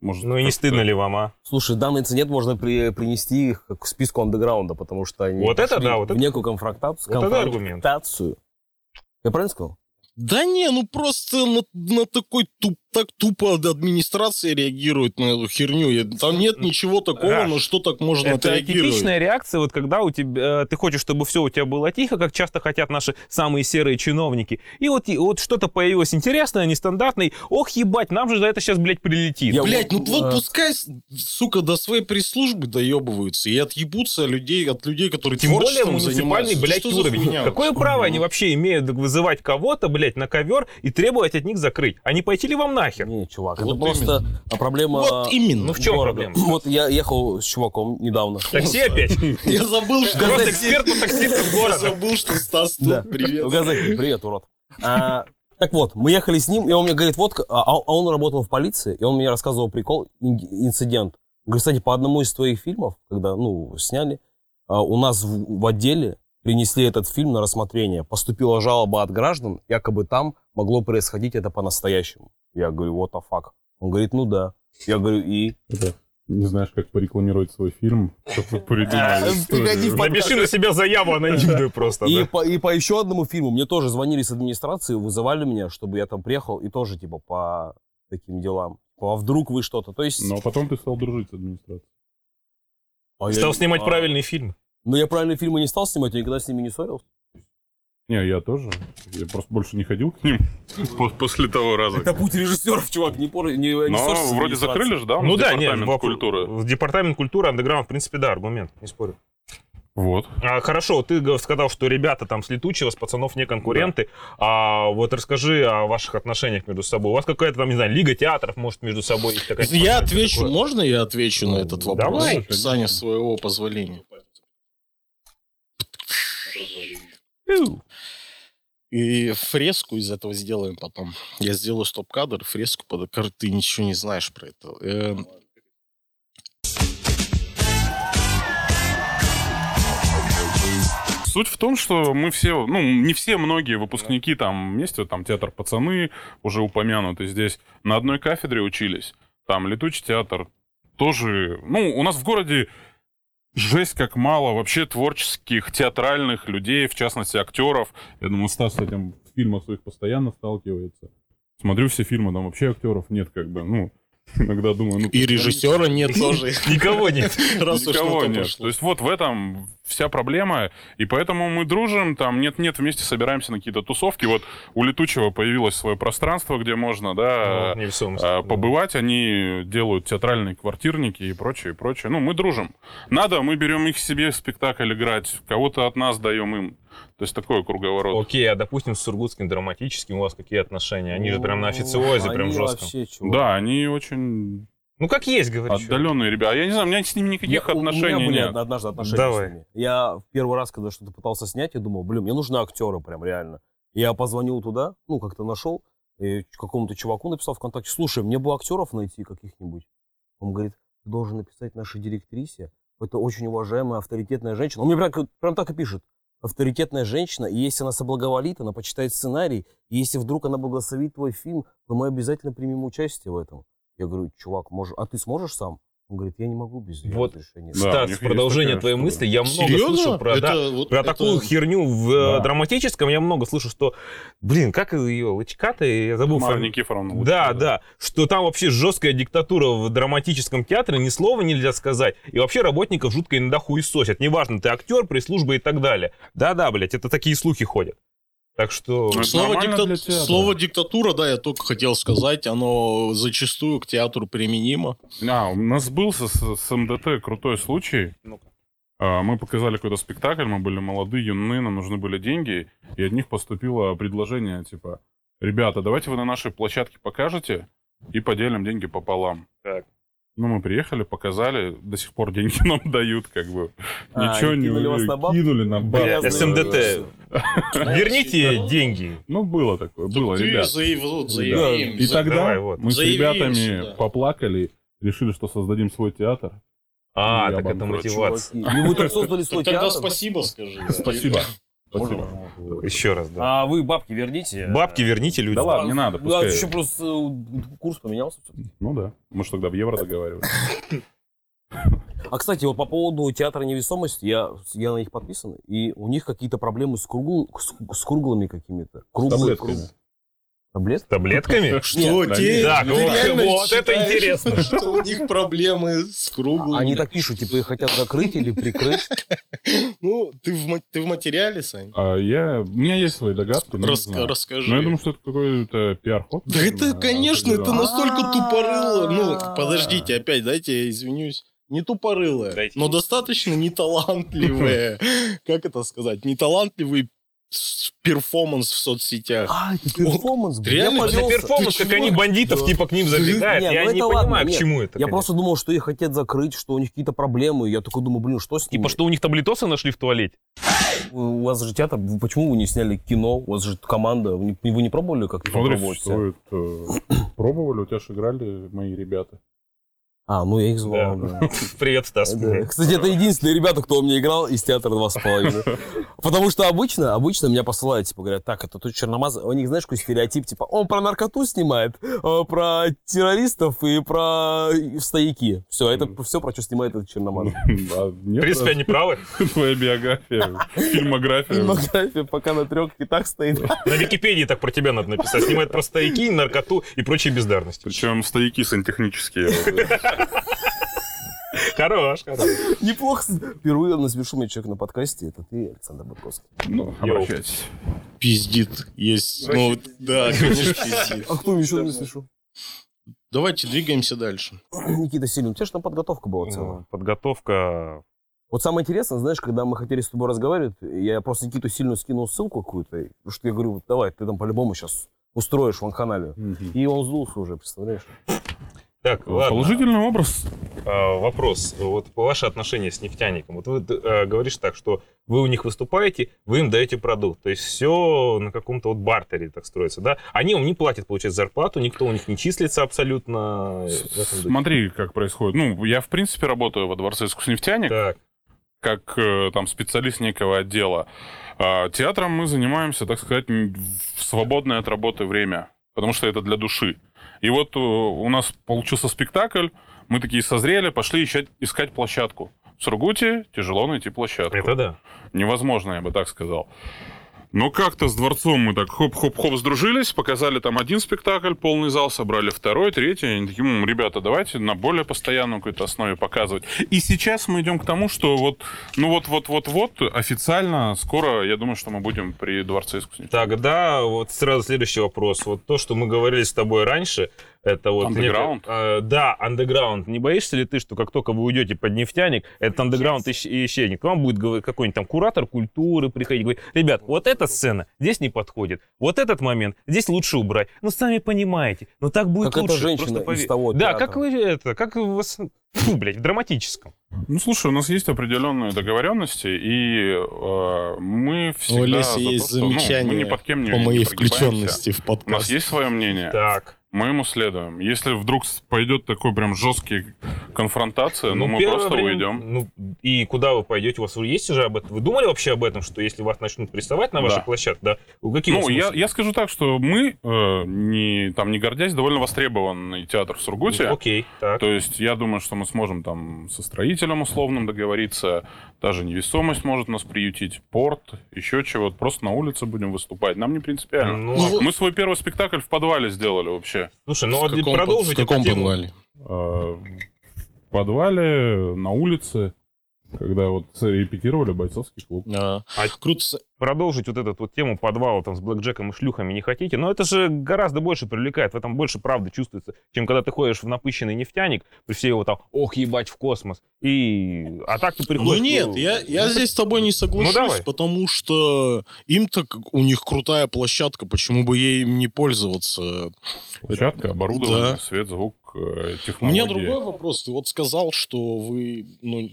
Speaker 4: Может,
Speaker 5: Ну и не
Speaker 4: как-то-
Speaker 5: стыдно ли вам, а?
Speaker 2: Слушай, данный инцидент можно при- принести их к списку андеграунда, потому что они
Speaker 5: Вот это
Speaker 2: пошли
Speaker 5: да, вот
Speaker 2: в
Speaker 5: это-
Speaker 2: некую конфронтацию.
Speaker 5: вот это аргумент.
Speaker 2: конфронтацию. Я правильно сказал?
Speaker 1: Да не, ну просто на, на такой туп, так тупо администрация реагирует на эту херню. Я- Там нет ничего такого,
Speaker 5: Раш,
Speaker 1: на что так можно
Speaker 5: Это
Speaker 1: отреагировать.
Speaker 5: типичная реакция, вот когда у тебя, э, ты хочешь, чтобы все у тебя было тихо, как часто хотят наши самые серые чиновники. И вот, и вот что-то появилось интересное, нестандартное. Ох, ебать, нам же за это сейчас, блядь, прилетит.
Speaker 2: Я-
Speaker 1: Блять, ну вот
Speaker 5: э,
Speaker 2: А.
Speaker 1: пускай, с- сука, до своей пресс-службы доебываются и отъебутся людей, от людей, которые
Speaker 5: Тем более
Speaker 1: творчеством
Speaker 5: муниципальный,
Speaker 1: занимаются.
Speaker 5: блядь,
Speaker 1: Что за
Speaker 5: уровень.
Speaker 1: хуйня? ну.
Speaker 5: Какое право они вообще имеют вызывать кого-то, блядь, на ковер и требовать от них закрыть? А не пойти ли вам нахер?
Speaker 2: Не, чувак,
Speaker 1: Вот
Speaker 2: это просто проблема...
Speaker 1: Вот именно.
Speaker 5: Ну в чем
Speaker 2: города.
Speaker 5: проблема?
Speaker 2: Вот я ехал с чуваком недавно.
Speaker 5: Такси опять?
Speaker 1: Я забыл, что...
Speaker 5: Просто эксперт по таксистам
Speaker 1: Я
Speaker 5: города.
Speaker 1: забыл, что Стас тут.
Speaker 2: Да. В
Speaker 1: Привет.
Speaker 2: газете. Привет, урод. А, так вот, мы ехали с ним, и он мне говорит, вот, к- а, а он работал в полиции, и он мне рассказывал прикол, ин- инцидент. Он говорит, кстати, по одному из твоих фильмов, когда, ну, сняли, а, у нас в, в отделе принесли этот фильм на рассмотрение. Поступила жалоба от граждан, якобы там могло происходить это по-настоящему. Я говорю, вот the fuck. Он говорит, ну да. Я говорю, и...
Speaker 4: Не знаешь, как порекламировать свой фильм, как вы придумали историю.
Speaker 2: Приходи в
Speaker 5: Напиши на себя заяву анонимную просто.
Speaker 2: И
Speaker 5: да.
Speaker 2: по, и по еще одному фильму мне тоже звонили с администрации, вызывали меня, чтобы я там приехал, и тоже, типа, по таким делам. А вдруг вы что-то, то есть...
Speaker 4: Ну, а потом ты стал дружить с администрацией.
Speaker 2: А я-
Speaker 5: Стал снимать
Speaker 2: а.
Speaker 5: правильные фильмы.
Speaker 2: Ну, я правильные фильмы не стал снимать, я никогда с ними не ссорился.
Speaker 4: Не, я тоже. Я просто больше не ходил к ним по- после того раза.
Speaker 2: путь режиссеров, чувак, не пор... Не,
Speaker 4: Но Ну, вроде закрыли же, да? у нас
Speaker 5: Ну да, нет,
Speaker 4: департамент
Speaker 5: воп-
Speaker 4: культуры.
Speaker 5: в Департамент культуры, андеграунд, в принципе, да, аргумент, не спорю.
Speaker 4: Вот.
Speaker 5: А, хорошо, вот ты гов- сказал, что ребята там с летучего, с пацанов не конкуренты. А вот расскажи о ваших отношениях между собой. У вас какая-то там, не знаю, лига театров, может, между собой есть такая?
Speaker 1: Я отвечу, можно я отвечу на этот вопрос?
Speaker 5: Давай.
Speaker 1: Саня, с своего позволения. И фреску из этого сделаем потом. Я сделаю стоп-кадр, фреску под... Кор- Ты ничего не знаешь про это. Эм,
Speaker 4: Суть в том, что мы все, ну, не все, многие выпускники там есть, вот там театр пацаны, уже упомянуты здесь, на одной кафедре учились. Там летучий театр тоже... Ну, у нас в городе жесть как мало вообще творческих, театральных людей, в частности, актеров. Я думаю, Стас с этим в фильмах своих постоянно сталкивается. Смотрю все фильмы, там вообще актеров нет, как бы, ну... Иногда думаю, ну...
Speaker 1: И режиссера нет тоже.
Speaker 5: Никого нет.
Speaker 1: Раз уж
Speaker 4: Никого
Speaker 1: на то
Speaker 4: нет.
Speaker 1: пошло.
Speaker 4: То есть вот в этом вся проблема, и поэтому мы дружим, там нет-нет, вместе собираемся на какие-то тусовки. Вот у Летучего появилось свое пространство, где
Speaker 2: Ну,
Speaker 4: можно, да,
Speaker 5: Невесомость.
Speaker 4: э, побывать. Они делают театральные квартирники и прочее, прочее. Ну, мы дружим. Надо, мы берем их себе в спектакль играть, кого-то от нас даем им. То есть такой круговорот.
Speaker 5: Окей, а допустим, с Сургутским драматическим у вас какие отношения? Они же прям на официозе, прям жестко.
Speaker 4: Да, они очень
Speaker 5: Ну, как есть,
Speaker 4: А
Speaker 5: говоришь.
Speaker 4: отдаленные ребята. Я не знаю, у меня с ними никаких
Speaker 2: Я- у- У
Speaker 4: отношений
Speaker 2: меня были
Speaker 4: нет.
Speaker 2: одна- однажды отношения
Speaker 5: Давай.
Speaker 2: с ними. Я в первый раз, когда что-то пытался снять, я думал, блин, мне нужны актеры прям реально. Я позвонил туда, ну, как-то нашел, и ч- какому-то чуваку написал ВКонтакте, слушай, мне бы актеров найти каких-нибудь. Он говорит, ты должен написать нашей директрисе, это очень уважаемая, авторитетная женщина. Он мне прям, как- прям так и пишет. Авторитетная женщина, и если она соблаговолит, она почитает сценарий, и если вдруг она благословит твой фильм, то мы обязательно примем участие в этом. Я говорю, чувак, мож- а ты сможешь сам? Он говорит, я не могу без её
Speaker 5: Вот.
Speaker 2: разрешения.
Speaker 4: Да, у
Speaker 5: Стас,
Speaker 4: них есть
Speaker 5: продолжение
Speaker 4: такая
Speaker 5: твоей
Speaker 4: штука.
Speaker 5: мысли. Я много слышал про,
Speaker 1: Это
Speaker 5: да,
Speaker 1: вот
Speaker 5: про
Speaker 1: это-
Speaker 5: такую херню в э,
Speaker 4: Да.
Speaker 5: драматическом. Я много слышу, что, блин, как ее, Лычка-то, я забыл
Speaker 4: Тамара
Speaker 5: фамилию.
Speaker 4: Никифоровна лучше,
Speaker 5: Да, да, что там вообще жесткая диктатура в драматическом театре, ни слова нельзя сказать. И вообще работников жутко иногда хуесосят. Неважно, ты актер, пресс-служба и так далее. Да-да, блядь, это такие слухи ходят. Так что...
Speaker 4: Ну, это
Speaker 1: Слово,
Speaker 4: нормально
Speaker 1: дикта-
Speaker 4: для театра.
Speaker 1: слово диктатура, да, я только хотел сказать, оно зачастую к театру применимо.
Speaker 4: А, у нас был с, с- с МДТ крутой случай. А, Мы показали какой-то спектакль, мы были молодые, юные, нам нужны были деньги, и от них поступило предложение, типа, ребята, давайте вы на нашей площадке покажете и поделим деньги пополам.
Speaker 5: Так.
Speaker 4: Ну, мы приехали, показали, до сих пор деньги нам дают, как бы.
Speaker 2: А,
Speaker 4: Ничего
Speaker 2: и
Speaker 4: не
Speaker 2: кинули вас
Speaker 4: увидели,
Speaker 2: на бабки?
Speaker 4: кинули на бабки.
Speaker 2: Бля,
Speaker 5: э, СМДТ. Верните деньги.
Speaker 4: Ну, было такое, было,
Speaker 1: Ты
Speaker 4: ребят.
Speaker 1: заявил,
Speaker 4: Да.
Speaker 1: заявил.
Speaker 4: И тогда
Speaker 5: Давай, вот.
Speaker 4: мы с
Speaker 1: Заявился,
Speaker 4: ребятами
Speaker 1: да.
Speaker 4: поплакали, решили, что создадим свой театр.
Speaker 5: А,
Speaker 4: Я
Speaker 5: так это
Speaker 4: банкрот,
Speaker 5: мотивация.
Speaker 2: Чуваки, ну вы тут создали свой
Speaker 1: Тогда
Speaker 2: театр.
Speaker 1: спасибо скажи.
Speaker 4: Спасибо. Спасибо.
Speaker 5: Еще раз, да.
Speaker 2: А вы бабки верните.
Speaker 5: Бабки верните людям.
Speaker 4: Да ладно, не надо,
Speaker 2: Ну, а
Speaker 4: пускай.
Speaker 2: еще просто э, курс поменялся. всё.
Speaker 4: Ну да. Мы же тогда в евро договаривались.
Speaker 2: А, кстати, вот по поводу театра невесомости, я, я на них подписан, и у них какие-то проблемы с, кругл- с, с круглыми какими-то. Круглые
Speaker 4: таблетками.
Speaker 2: круг- Таблет?
Speaker 5: Таблетками?
Speaker 1: Что
Speaker 4: Нет,
Speaker 1: те?
Speaker 5: да,
Speaker 1: Ты
Speaker 5: вот-
Speaker 1: реально
Speaker 5: вот это
Speaker 1: считаешь,
Speaker 5: интересно.
Speaker 1: Что у них проблемы с круглыми.
Speaker 2: А Они так пишут, типа их хотят закрыть или прикрыть.
Speaker 1: Ну, ты в, ма- ты в материале, Сань?
Speaker 4: А я... У меня есть свои догадки, но Ну, не
Speaker 1: Рас-
Speaker 4: знаю.
Speaker 1: расскажи.
Speaker 4: Но я думаю, что это какой-то пиар-ход.
Speaker 1: Да это,
Speaker 4: наверное,
Speaker 1: конечно, это
Speaker 4: определенно.
Speaker 1: настолько тупорыло. Ну,
Speaker 2: А-а-а.
Speaker 1: подождите, опять, дайте я извинюсь. Не тупорылое,
Speaker 5: Дайте.
Speaker 1: но достаточно неталантливое. Как это сказать? Неталантливый с- перформанс в соцсетях.
Speaker 2: А, это перформанс, блин.
Speaker 1: Реально?
Speaker 2: Я
Speaker 5: Это
Speaker 2: повелся.
Speaker 5: перформанс,
Speaker 1: Ты
Speaker 5: как
Speaker 1: чего?
Speaker 5: они бандитов
Speaker 1: Да.
Speaker 5: типа к ним забегают.
Speaker 2: Не,
Speaker 5: Я
Speaker 2: ну
Speaker 5: не
Speaker 2: это ладно,
Speaker 5: понимаю, к
Speaker 2: нет.
Speaker 5: чему это.
Speaker 2: Я
Speaker 5: конечно.
Speaker 2: просто думал, что их хотят закрыть, что у них какие-то проблемы. Я только думаю, блин, что с ними?
Speaker 5: Типа, что у них таблетосы нашли в туалете?
Speaker 2: У вас же театр, вы- почему вы не сняли кино? У вас же команда, вы не, вы не пробовали как-то
Speaker 4: Смотри,
Speaker 2: попробовать?
Speaker 4: существует... э, Пробовали, у тебя же играли мои ребята.
Speaker 2: А, ну я их звал.
Speaker 5: Да.
Speaker 2: да.
Speaker 5: Привет, Стас.
Speaker 2: Да. Кстати, это единственные ребята, кто у меня играл из театра два с половиной. Потому что обычно, обычно меня посылают, типа, говорят, так, это тут Черномазов, у них, знаешь, какой стереотип, типа, он про наркоту снимает, а, про террористов и про стояки. Все, это
Speaker 4: Мгм.
Speaker 2: все, про что снимает этот Черномазов.
Speaker 4: А
Speaker 5: В
Speaker 4: Нет,
Speaker 5: принципе, они правы.
Speaker 4: это твоя биография, фильмография.
Speaker 2: Фильмография пока на трех так стоит.
Speaker 5: На Википедии так про тебя надо написать. Снимает про стояки, наркоту и прочие бездарности.
Speaker 4: Причем стояки сантехнические.
Speaker 5: Хорош, хорош.
Speaker 2: Неплохо. Впервые насмешил меня человек на подкасте, это ты, Александр Бутковский.
Speaker 4: Ну,
Speaker 5: Йоу.
Speaker 4: обращайтесь.
Speaker 1: Пиздит есть. Ну, вот, да, конечно, пиздит.
Speaker 2: А кто еще насмешил?
Speaker 1: Давайте двигаемся дальше.
Speaker 2: Никита Силин, у тебя же там подготовка была целая.
Speaker 5: Подготовка.
Speaker 2: Вот самое интересное, знаешь, когда мы хотели с тобой разговаривать, я просто Никиту сильно скинул ссылку какую-то, и- потому что я говорю, «Вот давай, ты там по-любому сейчас устроишь ванханалию.
Speaker 4: Мгм.
Speaker 2: И он сдулся уже, представляешь?
Speaker 5: Так, ладно.
Speaker 4: Положительный образ.
Speaker 5: А, вопрос. Вот ваше отношение с нефтяником. Вот вы э, говоришь так, что вы у них выступаете, вы им даете продукт. То есть все на каком-то вот бартере так строится, да? Они вам не платят, получается, зарплату, никто у них не числится абсолютно. э, в этом духе.
Speaker 4: Смотри, как происходит. Ну, я, в принципе, работаю во Дворце искусствонефтяник,
Speaker 5: Так,
Speaker 4: как э, там специалист некого отдела. А театром мы занимаемся, так сказать, м, в свободное от работы время, потому что это для души. И вот э, у нас получился спектакль, мы такие созрели, пошли ищать- искать площадку. В Сургуте тяжело найти площадку.
Speaker 5: это да.
Speaker 4: Невозможно, я бы так сказал. Но как-то с дворцом мы так хоп-хоп-хоп сдружились, показали там один спектакль, полный зал, собрали второй, третий. И они такие, «М, ребята, давайте на более постоянной какой-то основе показывать. И сейчас мы идем к тому, что вот, ну вот-вот-вот-вот официально скоро, я думаю, что мы будем при дворце искусников.
Speaker 5: Тогда вот сразу следующий вопрос. Вот то, что мы говорили с тобой раньше, это вот... некое-
Speaker 4: Underground?
Speaker 5: э, да, андеграунд. Не боишься ли ты, что как только вы уйдете под нефтяник, этот андеграунд ис- исчезнет? К вам будет говорить какой-нибудь там куратор культуры приходить, говорить, ребят, вот эта сцена здесь не подходит, вот этот момент здесь лучше убрать. Ну, сами понимаете, но так будет
Speaker 2: Как эта
Speaker 5: лучше.
Speaker 2: женщина
Speaker 5: Просто пове-
Speaker 2: из того
Speaker 5: Да,
Speaker 2: театра.
Speaker 5: как вы это, как у вас... Фу, блядь, в драматическом.
Speaker 4: Ну слушай, у нас есть определенные договоренности, и э, мы всегда...
Speaker 1: У
Speaker 4: за то,
Speaker 1: Олеси есть
Speaker 4: что, ну, мы
Speaker 1: замечание
Speaker 4: ни под кем не,
Speaker 1: по
Speaker 4: не
Speaker 1: моей
Speaker 4: прогибаемся.
Speaker 1: включенности в
Speaker 4: У нас
Speaker 1: подкаст.
Speaker 4: есть свое мнение.
Speaker 5: Так.
Speaker 4: Мы ему следуем. Если вдруг с- пойдет такой прям жесткий конфронтация, ну, мы
Speaker 5: первое
Speaker 4: просто
Speaker 5: время-
Speaker 4: уйдем.
Speaker 5: Ну, и куда вы пойдете? У вас есть уже об этом? Вы думали вообще об этом, что если вас начнут прессовать на вашей
Speaker 4: Да.
Speaker 5: площадке, да? у каких
Speaker 4: Ну,
Speaker 5: вас
Speaker 4: я,
Speaker 5: мыслей?
Speaker 4: я скажу так, что мы, э, не, там, не гордясь, довольно востребованный театр в Сургуте.
Speaker 5: Окей, так.
Speaker 4: То есть я думаю, что мы сможем там со строителем условным договориться, даже невесомость может нас приютить, порт, еще чего-то. Просто на улице будем выступать. Нам не принципиально.
Speaker 5: Ну,
Speaker 1: Ну,
Speaker 4: Мы свой первый спектакль в подвале сделали вообще.
Speaker 5: слушай, ну
Speaker 1: В
Speaker 5: вот
Speaker 1: каком под-
Speaker 5: продолжить
Speaker 1: в каком
Speaker 5: эту тему.
Speaker 1: подвале?
Speaker 4: Э, в подвале, на улице, когда вот репетировали бойцовский клуб.
Speaker 1: А,
Speaker 5: А-
Speaker 1: Круто. с-
Speaker 5: Продолжить вот эту вот тему подвала там с блэкджеком и шлюхами не хотите, но это же гораздо больше привлекает, в этом больше правды чувствуется, чем когда ты ходишь в напыщенный нефтяник, при все его там, ох, ебать, в космос. И... А так ты
Speaker 1: Ну
Speaker 5: приходишь...
Speaker 1: нет, я, я
Speaker 5: ну,
Speaker 1: здесь с тобой не соглашусь,
Speaker 5: давай.
Speaker 1: потому что им-то к- у них крутая площадка, почему бы ей им не пользоваться?
Speaker 4: Площадка, оборудование,
Speaker 1: Да.
Speaker 4: свет, звук,
Speaker 5: А
Speaker 4: э,
Speaker 1: У меня
Speaker 4: технологии.
Speaker 1: другой вопрос. Ты вот сказал, что вы ну,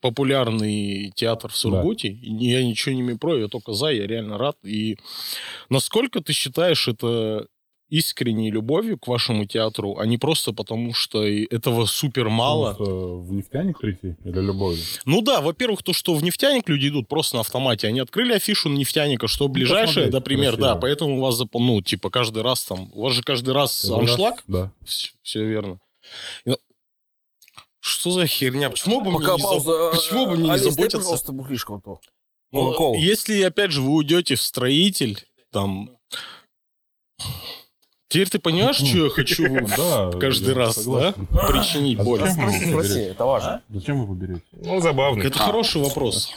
Speaker 1: популярный театр в Сургуте. И Я ничего не имею против, я только за, я реально рад. И насколько ты считаешь это искренней любовью к вашему театру, а не просто потому, что и этого супер мало?
Speaker 4: Потому что В нефтяник прийти или любовь?
Speaker 1: Ну да, во-первых, то, что в нефтяник люди идут просто на автомате. Они открыли афишу на нефтяника, что ближайшее,
Speaker 4: посмотреть,
Speaker 1: например,
Speaker 4: красиво.
Speaker 1: да, поэтому у вас запол... Ну, типа, каждый раз там... У вас же каждый раз аншлаг.
Speaker 4: Да.
Speaker 1: Все, верно. И- Что за херня? Почему бы
Speaker 2: Пока
Speaker 1: мне Ну, не за-
Speaker 2: пауза. э,
Speaker 1: Почему бы мне не
Speaker 2: Олесь, дай,
Speaker 1: заботиться?
Speaker 2: пожалуйста, бухлишко вот то.
Speaker 1: Ну,
Speaker 2: Молоко.
Speaker 1: Если, опять же, вы уйдете в строитель, там... Теперь ты понимаешь, что я хочу
Speaker 4: Ну Да,
Speaker 1: каждый
Speaker 4: я
Speaker 1: раз, да?
Speaker 4: согласен.
Speaker 1: Причинить
Speaker 4: А
Speaker 1: боль.
Speaker 4: зачем?
Speaker 2: Спроси, спроси, это
Speaker 1: А?
Speaker 2: важно.
Speaker 4: Зачем вы поберете?
Speaker 5: Ну, забавно.
Speaker 1: Это хороший вопрос.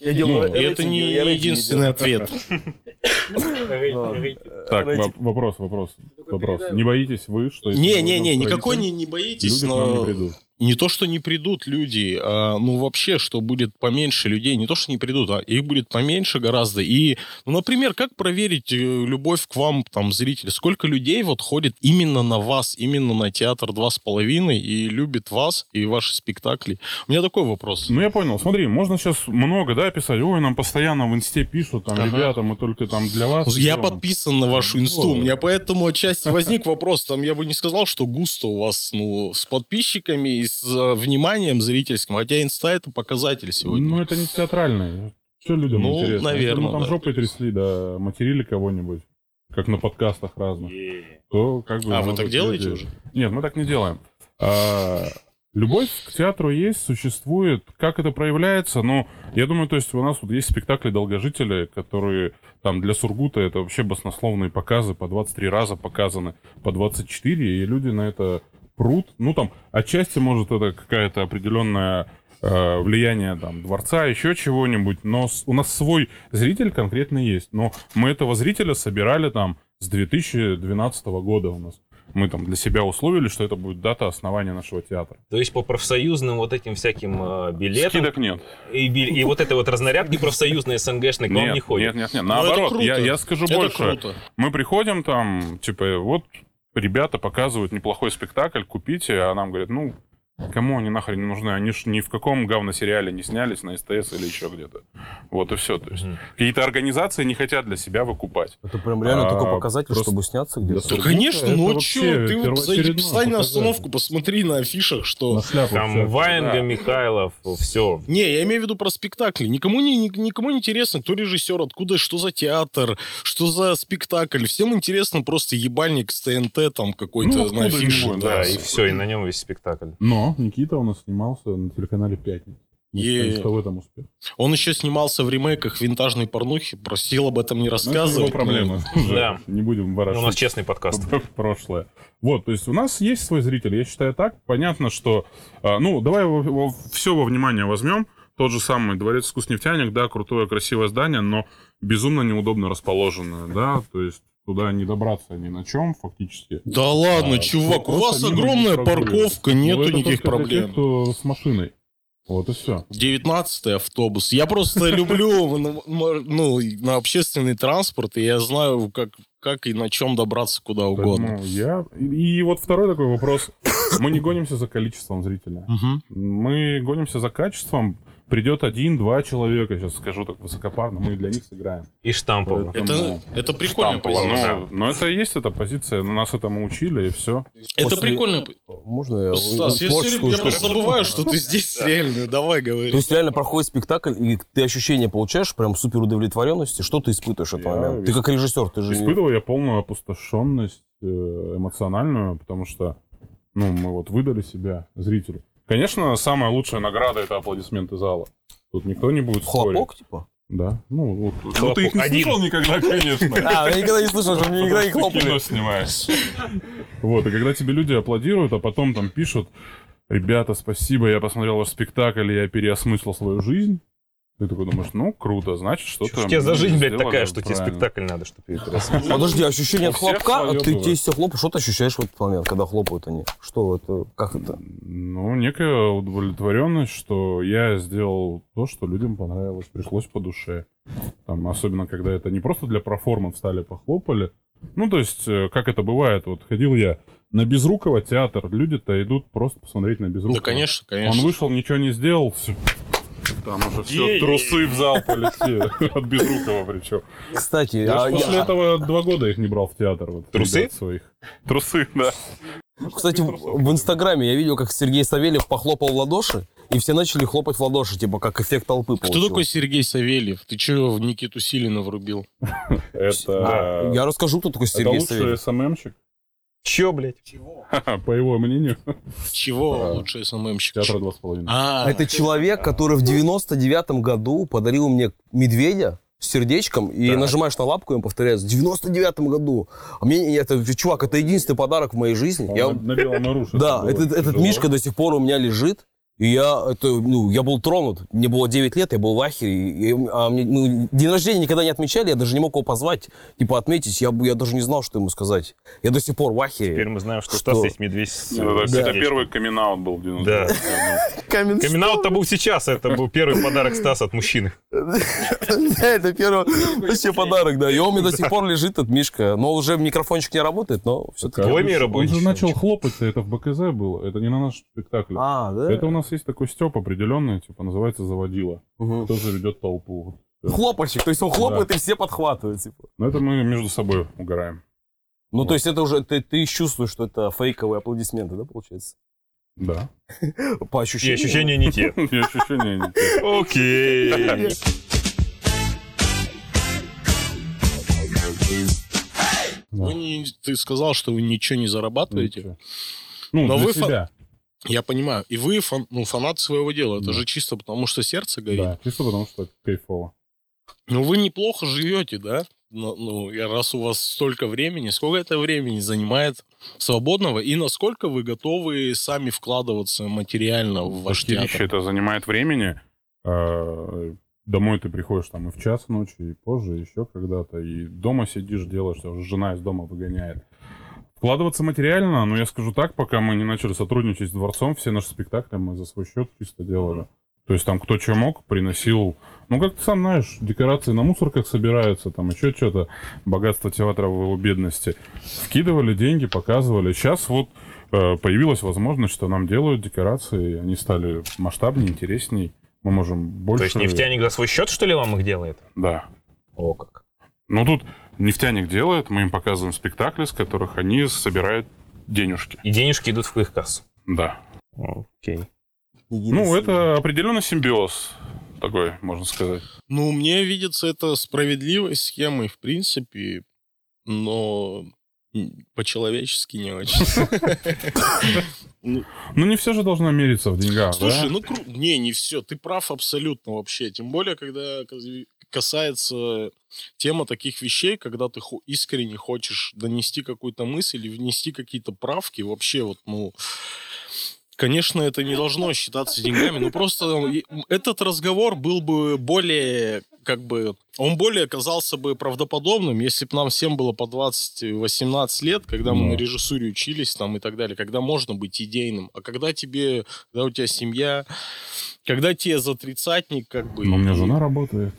Speaker 2: Я
Speaker 1: Ну,
Speaker 2: делаю
Speaker 1: это
Speaker 2: рейтинги,
Speaker 1: не
Speaker 2: я рейтинги
Speaker 1: единственный ответ.
Speaker 5: А,
Speaker 2: делаю.
Speaker 4: Так,
Speaker 2: Рейтинг.
Speaker 4: во- вопрос, вопрос, вопрос. Не боитесь вы, что... если вы
Speaker 1: Не-не-не,
Speaker 4: уйдете в
Speaker 1: никакой не,
Speaker 4: строитель,
Speaker 1: не боитесь,
Speaker 4: ну, люди к вам не
Speaker 1: но...
Speaker 4: придут.
Speaker 1: не то, что не придут люди, а, ну вообще, что будет поменьше людей, не то, что не придут, а их будет поменьше гораздо. И, ну, например, как проверить э, любовь к вам, там, зритель? Сколько людей вот ходит именно на вас, именно на театр два с половиной и любит вас и ваши спектакли? У меня такой вопрос.
Speaker 4: Ну, я понял. Смотри, можно сейчас много, да, писать. Ой, нам постоянно в инсте пишут, там,
Speaker 1: Ага.
Speaker 4: ребята, мы только там для вас.
Speaker 1: Я
Speaker 4: сделаем».
Speaker 1: подписан на вашу инсту,
Speaker 4: О.
Speaker 1: у меня поэтому отчасти возник вопрос, там я бы не сказал, что густо у вас, ну, с подписчиками и с э, вниманием зрительским, хотя инста это показатель сегодня.
Speaker 4: Ну, это не театральное. Все людям
Speaker 1: Ну,
Speaker 4: интересно. Если
Speaker 1: наверно,
Speaker 4: мы там
Speaker 1: да.
Speaker 4: жопой трясли, да, материли кого-нибудь, как на подкастах разных, то как бы...
Speaker 1: а вы
Speaker 4: может
Speaker 1: так
Speaker 4: быть,
Speaker 1: делаете
Speaker 4: люди-
Speaker 1: уже?
Speaker 4: Нет, мы так не делаем. А, любовь к театру есть, существует. Как это проявляется? Ну, я думаю, то есть у нас вот есть спектакли долгожители, которые там для Сургута это вообще баснословные показы, по 23 раза показаны, по 24, и люди на это прут. Ну, там, отчасти, может, это какая-то определенная э, влияние там дворца, еще чего-нибудь, но с- у нас свой зритель конкретно есть. Но мы этого зрителя собирали там с 2012 года у нас. Мы там для себя условили, что это будет дата основания нашего театра.
Speaker 5: То есть по профсоюзным вот этим всяким э, билетам
Speaker 4: Скидок нет.
Speaker 5: и, би- и вот этой вот разнарядки профсоюзные СНГшной к вам
Speaker 4: Нет,
Speaker 5: не ходят. Ну,
Speaker 4: нет,
Speaker 1: это
Speaker 4: нет, нет. Наоборот, я,
Speaker 1: круто.
Speaker 4: я скажу
Speaker 1: Это
Speaker 4: больше.
Speaker 1: круто.
Speaker 4: Мы приходим там, типа, вот ребята показывают неплохой спектакль, купите, а нам говорят, ну, кому они нахрен не нужны? Они ж ни в каком говносериале не снялись на СТС или еще где-то. Вот и все. То есть какие-то организации не хотят для себя выкупать.
Speaker 2: Это прям
Speaker 4: реально
Speaker 2: реально
Speaker 4: А,
Speaker 2: такой
Speaker 4: такой
Speaker 2: показатель,
Speaker 4: просто-
Speaker 2: чтобы сняться где-то.
Speaker 1: Да, конечно, ну
Speaker 6: это
Speaker 1: че,
Speaker 6: вообще
Speaker 1: ты вот зайди,
Speaker 6: первоочередное
Speaker 1: встань на
Speaker 6: показатель.
Speaker 1: остановку, посмотри на афишах, что...
Speaker 6: На шляпу
Speaker 5: Там
Speaker 6: всё.
Speaker 5: Ваенга,
Speaker 4: да.
Speaker 5: Михайлов, все.
Speaker 1: Не, я имею в виду про спектакли. Никому не, ни- никому не интересно, кто режиссер, откуда, что за театр, что за спектакль. Всем интересно просто ебальник с ТНТ там какой-то
Speaker 4: Ну,
Speaker 1: на
Speaker 4: откуда
Speaker 1: афише.
Speaker 4: его,
Speaker 1: да.
Speaker 5: Да, и все, и на нем весь спектакль.
Speaker 4: Но Никита у нас снимался на телеканале «Пятница». Мы
Speaker 1: Е.
Speaker 4: считаем, что в этом успех.
Speaker 1: Он еще снимался в ремейках винтажной порнухи, просил об этом не
Speaker 4: Ну, это его
Speaker 1: рассказывать.
Speaker 4: проблема.
Speaker 5: Да.
Speaker 4: Не будем
Speaker 5: Ну, У нас
Speaker 4: ворожить.
Speaker 5: честный подкаст.
Speaker 4: в прошлое. Вот, то есть у нас есть свой зритель, я считаю так. Понятно, что... а, Ну, давай все во внимание возьмем. Тот же самый дворец искусств нефтяник, да, крутое, красивое здание, но безумно неудобно расположенное, да, то есть туда не добраться ни на чем фактически.
Speaker 1: Ну, Да ладно,
Speaker 4: А,
Speaker 1: чувак, у
Speaker 4: просто
Speaker 1: вас
Speaker 4: мимо
Speaker 1: огромная
Speaker 4: не прогуливаешь.
Speaker 1: парковка,
Speaker 4: Ну,
Speaker 1: нету
Speaker 4: это
Speaker 1: никаких
Speaker 4: только для
Speaker 1: проблем.
Speaker 4: тех, кто с машиной. Вот и все.
Speaker 1: 19 автобус. Я просто люблю ну, ну, на общественный транспорт, и я знаю, как, как и на чем добраться куда угодно.
Speaker 4: Поэтому я... И, и вот второй такой вопрос. Мы не гонимся за количеством зрителя.
Speaker 1: Мгм.
Speaker 4: Мы гонимся за качеством. Придет один-два человека, сейчас скажу так высокопарно, мы для них сыграем.
Speaker 5: И Штампова.
Speaker 4: Поэтому-
Speaker 1: Это, это прикольная
Speaker 5: Штампово,
Speaker 1: позиция.
Speaker 5: да.
Speaker 4: Ну, но это и есть эта позиция, но нас этому учили, и все.
Speaker 1: Это
Speaker 2: После-
Speaker 1: прикольная... по-
Speaker 2: Можно я
Speaker 1: Стас, я, всё время- я просто забываю, что ты здесь реально. Давай
Speaker 2: То
Speaker 1: говори.
Speaker 2: есть реально проходит спектакль, и ты ощущение получаешь прям супер удовлетворенности. Что ты испытываешь в этот
Speaker 4: Я
Speaker 2: момент? Ты как режиссер, ты же... не-
Speaker 4: Испытывал я полную опустошенность э, эмоциональную, потому что, ну, мы вот выдали себя зрителю. Конечно, самая лучшая награда — это аплодисменты зала. Тут никто не будет спорить.
Speaker 2: Хлопок, типа?
Speaker 4: Да. Ну, вот.
Speaker 5: Хлопок
Speaker 4: ты их не
Speaker 5: один.
Speaker 4: слышал никогда, конечно.
Speaker 2: А, я никогда не слышал, что мне никогда не
Speaker 4: Потому что ты
Speaker 2: хлопали.
Speaker 4: кино снимаешь. Вот, и когда тебе люди аплодируют, а потом там пишут, ребята, спасибо, я посмотрел ваш спектакль, и я переосмыслил свою жизнь. Ты такой думаешь, ну, круто, значит, что-то...
Speaker 5: Что тебе за
Speaker 4: мы
Speaker 5: жизнь, блядь,
Speaker 4: сделали
Speaker 5: такая, что тебе
Speaker 4: правильно».
Speaker 5: спектакль надо, чтобы
Speaker 2: Подожди, ощущение
Speaker 4: У
Speaker 2: от
Speaker 4: всех
Speaker 2: хлопка,
Speaker 4: своё
Speaker 2: а ты
Speaker 4: бывает.
Speaker 2: тебе все хлопаешь, что ты ощущаешь в этот момент, когда хлопают они? Что это, как это?
Speaker 4: Ну, некая удовлетворенность, что я сделал то, что людям понравилось, пришлось по душе. Там, особенно, когда это не просто для проформы встали, похлопали. Ну, то есть, э, как это бывает, вот ходил я на Безрукова театр, люди-то идут просто посмотреть на Безрукова.
Speaker 1: Да, конечно,
Speaker 4: Он
Speaker 1: конечно.
Speaker 4: вышел, ничего не сделал, всё. Там уже все, трусы в зал полетели. От Безрукова причем.
Speaker 2: Кстати,
Speaker 4: Я
Speaker 2: а
Speaker 4: ж после
Speaker 2: я-
Speaker 4: этого два года их не брал в театр. вот,
Speaker 5: Трусы?
Speaker 4: ребят своих. Трусы, да.
Speaker 2: а, кстати, в в Инстаграме я видел, как Сергей Савельев похлопал в ладоши, и все начали хлопать в ладоши, типа как эффект толпы
Speaker 1: Кто
Speaker 2: получился.
Speaker 1: такой Сергей Савельев? Ты че в Никиту Силина врубил?
Speaker 4: Это...
Speaker 2: Я расскажу, кто такой
Speaker 4: Это
Speaker 2: Сергей
Speaker 4: лучший эм
Speaker 2: Савельев.
Speaker 4: СММщик,
Speaker 5: Че, блядь?
Speaker 4: по его мнению.
Speaker 1: Чего лучше СММщик?
Speaker 4: Театра два с половиной.
Speaker 1: А,
Speaker 2: Это человек, который в 99-м году подарил мне медведя с сердечком, и нажимаешь на лапку, и он повторяет, в 99-м году. А мне, это, чувак, это единственный подарок в моей жизни. Я,
Speaker 4: Он На Белом Оруше
Speaker 2: да,
Speaker 4: было.
Speaker 2: этот, этот
Speaker 4: Тяжело.
Speaker 2: мишка до сих пор у меня лежит. И я, это, ну, я был тронут. Мне было 9 лет, я был в ахере. И- и- а мне, ну, день рождения никогда не отмечали, я даже не мог его позвать, типа отметить. Я, бы- я даже не знал, что ему сказать. Я до сих пор в ахере.
Speaker 5: Теперь мы знаем, что у
Speaker 2: Что?
Speaker 5: Стас есть медведь. с- с
Speaker 4: Это это
Speaker 5: сердечком.
Speaker 4: первый камин-аут был в 90
Speaker 5: Камин-аут-то был сейчас, это был первый подарок Стаса от мужчины.
Speaker 2: Да, это первый вообще подарок, да. И он мне до сих пор лежит, этот мишка. Но уже микрофончик не работает, но все-таки.
Speaker 5: Твой мир
Speaker 4: Он
Speaker 5: рабочий.
Speaker 4: же начал хлопать, это в БКЗ было, это не на наш спектакль.
Speaker 2: А, да?
Speaker 4: Это у нас есть такой Степ определенный, типа, называется «Заводила».
Speaker 2: Мгм.
Speaker 4: Тоже ведет толпу.
Speaker 2: Хлопальщик, то есть он хлопает и все подхватывают, типа.
Speaker 4: Но это мы между собой угораем.
Speaker 2: Ну, то есть это уже, ты, ты чувствуешь, что это фейковые аплодисменты, да, получается?
Speaker 4: Да.
Speaker 2: По
Speaker 5: И
Speaker 2: ощущениям.
Speaker 5: ощущения не те.
Speaker 4: И ощущения не те.
Speaker 5: Окей.
Speaker 1: вы не- ты сказал, что вы ничего не зарабатываете.
Speaker 4: Ничего. Ну,
Speaker 1: Но
Speaker 4: для
Speaker 1: вы фа-
Speaker 4: себя.
Speaker 1: Я понимаю. И вы фан- ну, фанат своего дела. Это же чисто потому, что сердце горит.
Speaker 4: Да, чисто потому что кайфово.
Speaker 1: Ну, вы неплохо живете, да? Ну, ну, я- раз у вас столько времени, сколько это времени занимает свободного, и насколько вы готовы сами вкладываться материально в ваш
Speaker 4: Хилище
Speaker 1: театр?
Speaker 4: это занимает времени. А, Домой ты приходишь там и в час ночи, и позже, и еще когда-то. И дома сидишь, делаешь, тебя уже жена из дома выгоняет. Вкладываться материально, но я скажу так, пока мы не начали сотрудничать с дворцом, все наши спектакли мы за свой счет чисто делали. То есть там кто что мог, приносил... Ну, как ты сам знаешь, декорации на мусорках собираются, там еще что-то. Богатство театра в его бедности. Вкидывали деньги, показывали. Сейчас вот э, появилась возможность, что нам делают декорации, и они стали масштабнее, интересней. Мы можем
Speaker 5: То
Speaker 4: больше...
Speaker 5: есть нефтяник за свой счет, что ли, вам их делает?
Speaker 4: Да.
Speaker 5: О, как.
Speaker 4: Ну, тут нефтяник делает, мы им показываем спектакли, с которых они собирают денежки.
Speaker 5: И денежки идут в их кассу.
Speaker 4: Да.
Speaker 5: Окей.
Speaker 4: Ну, это определенно симбиоз такой, можно сказать.
Speaker 1: Ну, мне видится это справедливой схемой, в принципе, но м, по-человечески не очень.
Speaker 4: Ну, не все же должно мериться в деньгах,
Speaker 1: Слушай,
Speaker 4: да?
Speaker 1: ну, кру- не, не все, ты прав абсолютно вообще. Тем более, когда каз- касается тема таких вещей, когда ты хо- искренне хочешь донести какую-то мысль и внести какие-то правки, вообще вот, ну... Конечно, это не должно считаться деньгами, но просто ну, и- м, этот разговор был бы более, как бы, он более оказался бы правдоподобным, если бы нам всем было по 20-18 лет, когда мы
Speaker 4: Ну.
Speaker 1: на режиссуре учились там и так далее, когда можно быть идейным, а когда тебе, когда у тебя семья, когда тебе за тридцатник, как бы...
Speaker 4: Но Ну, у меня
Speaker 1: и-
Speaker 4: жена работает.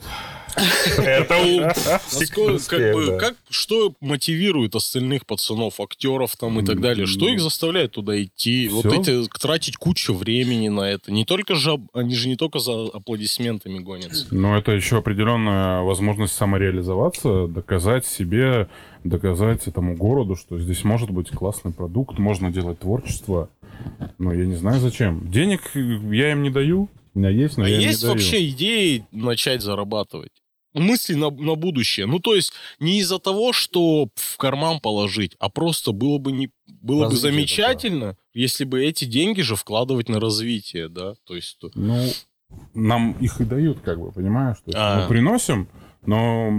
Speaker 5: Это
Speaker 1: Насколько, как бы, как, что мотивирует остальных пацанов, актеров там и так далее? Что их заставляет туда идти? Вот
Speaker 4: Всё.
Speaker 1: эти тратить кучу времени на это. Не только же об- они же не только за аплодисментами гонятся.
Speaker 4: Но это еще определенная возможность самореализоваться, доказать себе, доказать этому городу, что здесь может быть классный продукт, можно делать творчество. Но я не знаю зачем. Денег я им не даю, у меня есть, но
Speaker 1: а
Speaker 4: я им
Speaker 1: есть
Speaker 4: не даю.
Speaker 1: вообще идеи начать зарабатывать? Ну, Мысли на, на будущее. Ну, то есть, не из-за того, что в карман положить, а просто было бы не было бы
Speaker 2: Развитие такое.
Speaker 1: замечательно, если бы эти деньги же вкладывать на развитие, да. То есть, то-
Speaker 4: Ну, нам их и дают, как бы, понимаешь? То есть
Speaker 1: А.
Speaker 4: Мы приносим, но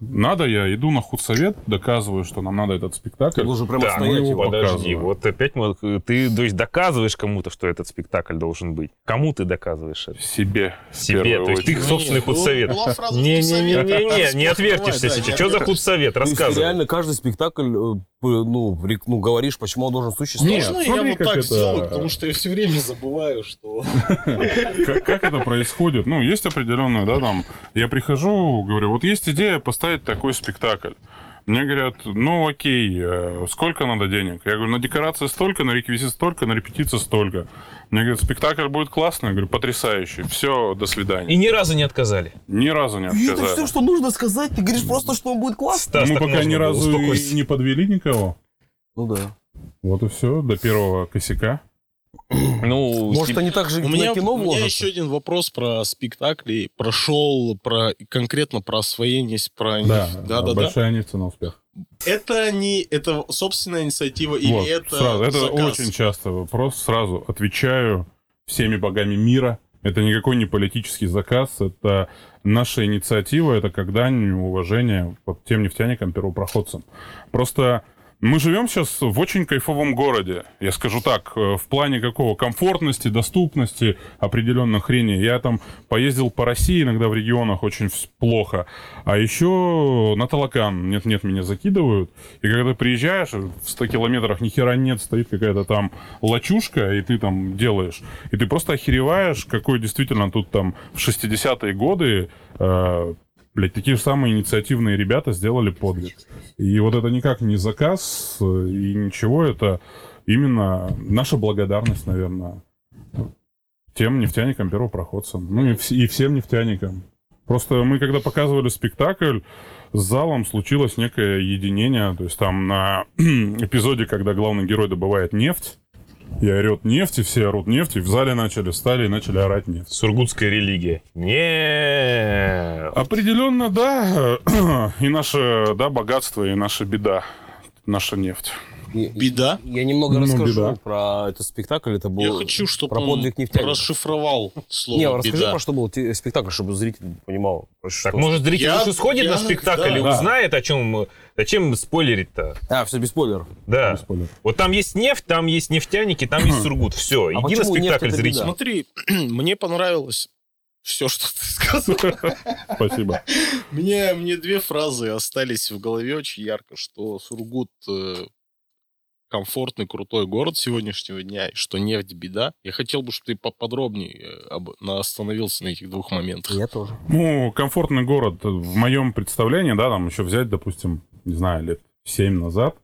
Speaker 4: надо, я иду на худсовет, доказываю, что нам надо этот спектакль.
Speaker 2: Ты должен прямо
Speaker 5: Так,
Speaker 4: отстоять
Speaker 2: стоять
Speaker 4: его.
Speaker 2: ну его.
Speaker 5: ну, типа, подожди,
Speaker 4: показываю.
Speaker 5: вот опять мы- э, ты то есть, доказываешь кому-то, что этот спектакль должен быть. Кому ты доказываешь это?
Speaker 4: Себе. в
Speaker 5: Себе,
Speaker 4: первую
Speaker 5: то есть ты
Speaker 4: очередь.
Speaker 5: их собственный
Speaker 1: Ну,
Speaker 5: худсовет.
Speaker 1: была фраза
Speaker 5: Не-не-не-не-не,
Speaker 1: худсовета.
Speaker 5: не отвертишься
Speaker 1: Да,
Speaker 5: сейчас.
Speaker 1: я-
Speaker 5: Что за худсовет?
Speaker 2: То есть ты
Speaker 5: Рассказывай.
Speaker 2: Ну, реально каждый спектакль, э, п- ну, рек- ну, говоришь, почему он должен существовать.
Speaker 4: Нет,
Speaker 1: Можно я
Speaker 4: смотри,
Speaker 1: вот
Speaker 4: как
Speaker 1: так
Speaker 4: это-
Speaker 1: сделаю, потому что я все время забываю, что...
Speaker 4: как, как это происходит? Ну, есть определенное, да, там. Я прихожу, говорю, вот есть идея поставить такой спектакль. Мне говорят, ну окей, э, сколько надо денег? Я говорю, на декорации столько, на реквизит столько, на репетиции столько. Мне говорят, спектакль будет классный. Я говорю, потрясающий. Все, до свидания.
Speaker 5: И ни разу не отказали.
Speaker 4: Ни разу не
Speaker 2: И это все,
Speaker 4: отказали.
Speaker 2: что нужно сказать. Ты говоришь просто, что он будет классный.
Speaker 5: Стас,
Speaker 4: Мы
Speaker 5: так
Speaker 4: пока
Speaker 5: можно
Speaker 4: ни
Speaker 5: было,
Speaker 4: разу и
Speaker 5: успокойся.
Speaker 4: не подвели никого.
Speaker 2: Ну да.
Speaker 4: Вот и все, до первого косяка.
Speaker 5: Ну,
Speaker 2: Может, они так же
Speaker 1: У меня,
Speaker 2: на кино
Speaker 1: у меня еще
Speaker 2: вложатся?
Speaker 1: один вопрос про спектакли. Прошел про конкретно про освоение, с- про...
Speaker 4: Да,
Speaker 1: да, да.
Speaker 4: большая нефть на успех.
Speaker 1: Это не... Это собственная инициатива или
Speaker 4: Вот,
Speaker 1: это
Speaker 4: сразу. Это
Speaker 1: заказ?
Speaker 4: очень часто вопрос. Сразу отвечаю всеми богами мира. Это никакой не политический заказ, это наша инициатива, это когда уважение вот тем нефтяникам, первопроходцам. Просто мы живем сейчас в очень кайфовом городе. Я скажу так, э, в плане какого комфортности, доступности определенной хрени. Я там поездил по России иногда в регионах очень вс- плохо. А еще на Талакан, нет-нет, меня закидывают. И когда приезжаешь, в 100 километрах ни хера нет, стоит какая-то там лачушка, и ты там делаешь. И ты просто охереваешь, какой действительно тут там в 60-е годы э, Блять, такие же самые инициативные ребята сделали подвиг. И вот это никак не заказ э, и ничего, это именно наша благодарность, наверное, тем нефтяникам, первопроходцам. Ну и, вс- и всем нефтяникам. Просто мы, когда показывали спектакль, с залом случилось некое единение. То есть там на эпизоде, когда главный герой добывает нефть, и орет нефть, и все орут нефть, и в зале начали, встали и начали орать нефть.
Speaker 5: Сургутская религия. Не.
Speaker 4: Определенно, да. И наше да, богатство, и наша беда. Наша нефть.
Speaker 1: Беда.
Speaker 2: Я немного
Speaker 4: Ну,
Speaker 2: расскажу
Speaker 4: беда.
Speaker 2: про этот спектакль. Это был...
Speaker 1: Я хочу, чтобы
Speaker 2: про
Speaker 1: он
Speaker 2: подвиг нефтяника.
Speaker 1: расшифровал слово
Speaker 2: Не, расскажи
Speaker 1: «беда».
Speaker 2: про что был те- спектакль, чтобы зритель понимал. про что.
Speaker 5: Так, может, зритель
Speaker 1: Я-
Speaker 5: лучше сходит
Speaker 1: я-
Speaker 5: на спектакль
Speaker 1: да.
Speaker 5: и
Speaker 4: Да.
Speaker 5: узнает, о чем... э, Зачем спойлерить-то?
Speaker 2: А, все без спойлеров.
Speaker 5: Да.
Speaker 4: Без спойлеров.
Speaker 5: Вот там есть нефть, там есть нефтяники, там есть Сургут. Все,
Speaker 2: А
Speaker 5: иди на
Speaker 2: почему нефть
Speaker 5: спектакль,
Speaker 2: это
Speaker 5: зритель.
Speaker 2: беда?
Speaker 1: Смотри, мне понравилось все, что ты сказал.
Speaker 4: Спасибо.
Speaker 1: Мне, мне две фразы остались в голове очень ярко, что Сургут э, комфортный, крутой город сегодняшнего дня, и что нефть беда. Я хотел бы, чтобы ты поподробнее э, об- на- остановился на этих двух моментах.
Speaker 2: Я тоже.
Speaker 4: Ну, комфортный город э, в моем представлении, да, там еще взять, допустим, не знаю, лет 7 назад,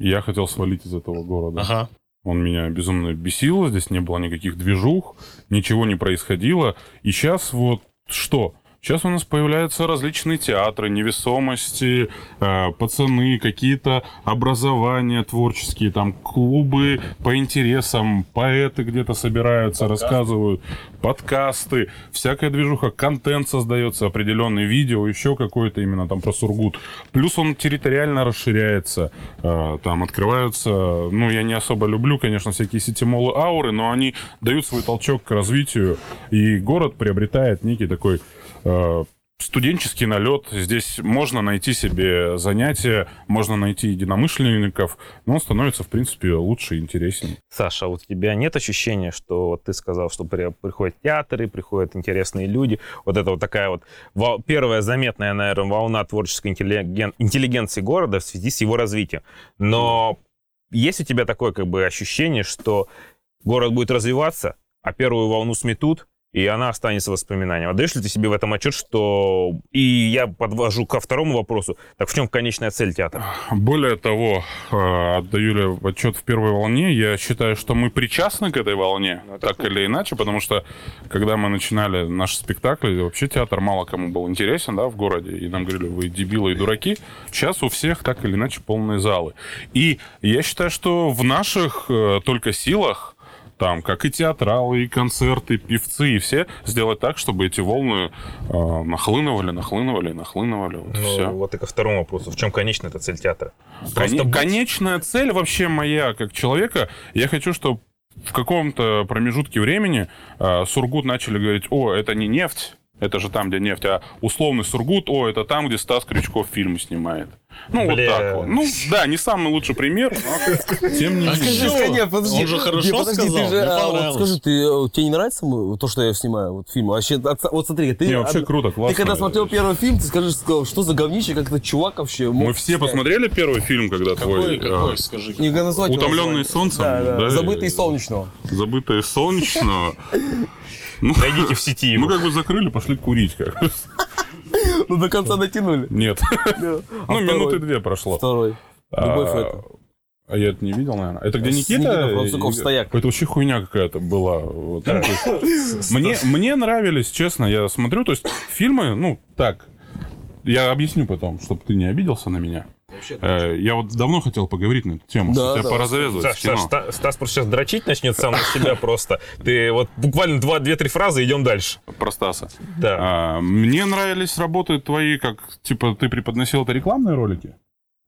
Speaker 4: я хотел свалить из этого города.
Speaker 1: Ага.
Speaker 4: Он меня безумно бесил, здесь не было никаких движух, ничего не происходило. И сейчас вот что? Сейчас у нас появляются различные театры, невесомости, э, пацаны, какие-то образования творческие, там клубы по интересам, поэты где-то собираются, рассказывают, подкасты, всякая движуха, контент создается, определенные видео, еще какое-то именно там про Сургут. Плюс он территориально расширяется, э, там открываются, ну, я не особо люблю, конечно, всякие сетимолы, ауры, но они дают свой толчок к развитию, и город приобретает некий такой э, студенческий налет. Здесь можно найти себе занятия, можно найти единомышленников, но он становится, в принципе, лучше и интереснее.
Speaker 5: Саша, а у тебя нет ощущения, что вот ты сказал, что при- приходят театры, приходят интересные люди, вот это вот такая вот во- первая заметная, наверное, волна творческой интеллиген- интеллигенции города в связи с его развитием. Но есть у тебя такое как бы ощущение, что город будет развиваться, а первую волну сметут, и она останется воспоминанием. Отдаешь ли ты себе в этом отчет, что... И я подвожу ко второму вопросу. Так в чем конечная цель театра?
Speaker 4: Более того, э, отдаю ли отчет в первой волне, я считаю, что мы причастны к этой волне, так или иначе, потому что, когда мы начинали наш спектакль, вообще театр мало кому был интересен, да, в городе, и нам говорили, вы дебилы и дураки. Сейчас у всех так или иначе полные залы. И я считаю, что в наших э, только силах там, как и театралы, и концерты, и певцы, и все, сделать так, чтобы эти волны э, нахлынывали, нахлынывали, нахлынывали, вот и
Speaker 5: Ну,
Speaker 4: все.
Speaker 5: вот и ко второму вопросу. В чем конечная эта цель театра?
Speaker 4: Коне-
Speaker 5: Просто быть.
Speaker 4: конечная цель вообще моя как человека, я хочу, чтобы в каком-то промежутке времени э, Сургут начали говорить, о, это не нефть, это же там, где нефть, а условный Сургут, о, это там, где Стас Крючков фильмы снимает. Ну,
Speaker 5: Бля.
Speaker 4: вот так вот. Ну, да, не самый лучший пример, но тем не
Speaker 1: А
Speaker 4: менее.
Speaker 1: скажи,
Speaker 2: Нет, подожди.
Speaker 1: Он же хорошо
Speaker 2: Нет, подожди, ты
Speaker 1: сказал,
Speaker 2: же,
Speaker 1: мне
Speaker 2: а, вот
Speaker 1: понравилось.
Speaker 2: скажи, ты, э, тебе не нравится м- то, что я снимаю, вот фильм? Вообще, от- вот смотри, ты...
Speaker 4: Не, вообще
Speaker 2: од-
Speaker 4: круто, классно. э,
Speaker 2: Ты когда смотрел первый фильм, ты скажешь, сказал, что за говнище, как этот чувак вообще мог
Speaker 4: Мы все
Speaker 2: снять?
Speaker 4: посмотрели первый фильм, когда
Speaker 1: Какой,
Speaker 4: твой...
Speaker 1: Ну какой, скажи.
Speaker 2: Не назвать его
Speaker 4: «Утомленные
Speaker 2: название.
Speaker 4: солнцем»,
Speaker 2: Да, да,
Speaker 4: да,
Speaker 2: Забытый
Speaker 4: и-
Speaker 2: солнечного.
Speaker 4: Забытое солнечного. Ну,
Speaker 5: Найдите в сети
Speaker 4: мы
Speaker 5: его.
Speaker 4: как бы закрыли, пошли курить. как бы.
Speaker 2: Ну, до конца дотянули.
Speaker 4: Нет. Ну,
Speaker 2: А второй?
Speaker 4: минуты две прошло.
Speaker 2: Второй. Любовь
Speaker 4: А,
Speaker 2: это.
Speaker 4: А я это не видел, наверное. Это где
Speaker 2: С
Speaker 4: Никита?
Speaker 2: Никитой Француков
Speaker 4: И-
Speaker 2: стояк.
Speaker 4: Это вообще хуйня какая-то была. Вот, ну, то есть, Мне мне нравились, честно, я смотрю, то есть фильмы, ну, так. Я объясню потом, чтобы ты не обиделся на меня. Э, Я вот давно хотел поговорить на эту тему,
Speaker 2: Да,
Speaker 4: что тебя
Speaker 2: да.
Speaker 4: пора завязывать
Speaker 5: Саш,
Speaker 4: Ну в
Speaker 5: Саш,
Speaker 4: кино.
Speaker 5: Ста- Стас просто сейчас дрочить начнет сам на себя просто. Ты вот буквально два, две-три фразы, идем дальше.
Speaker 4: Про Стаса.
Speaker 5: Да.
Speaker 4: А, Мне нравились работы твои, как, типа, ты преподносил это рекламные ролики.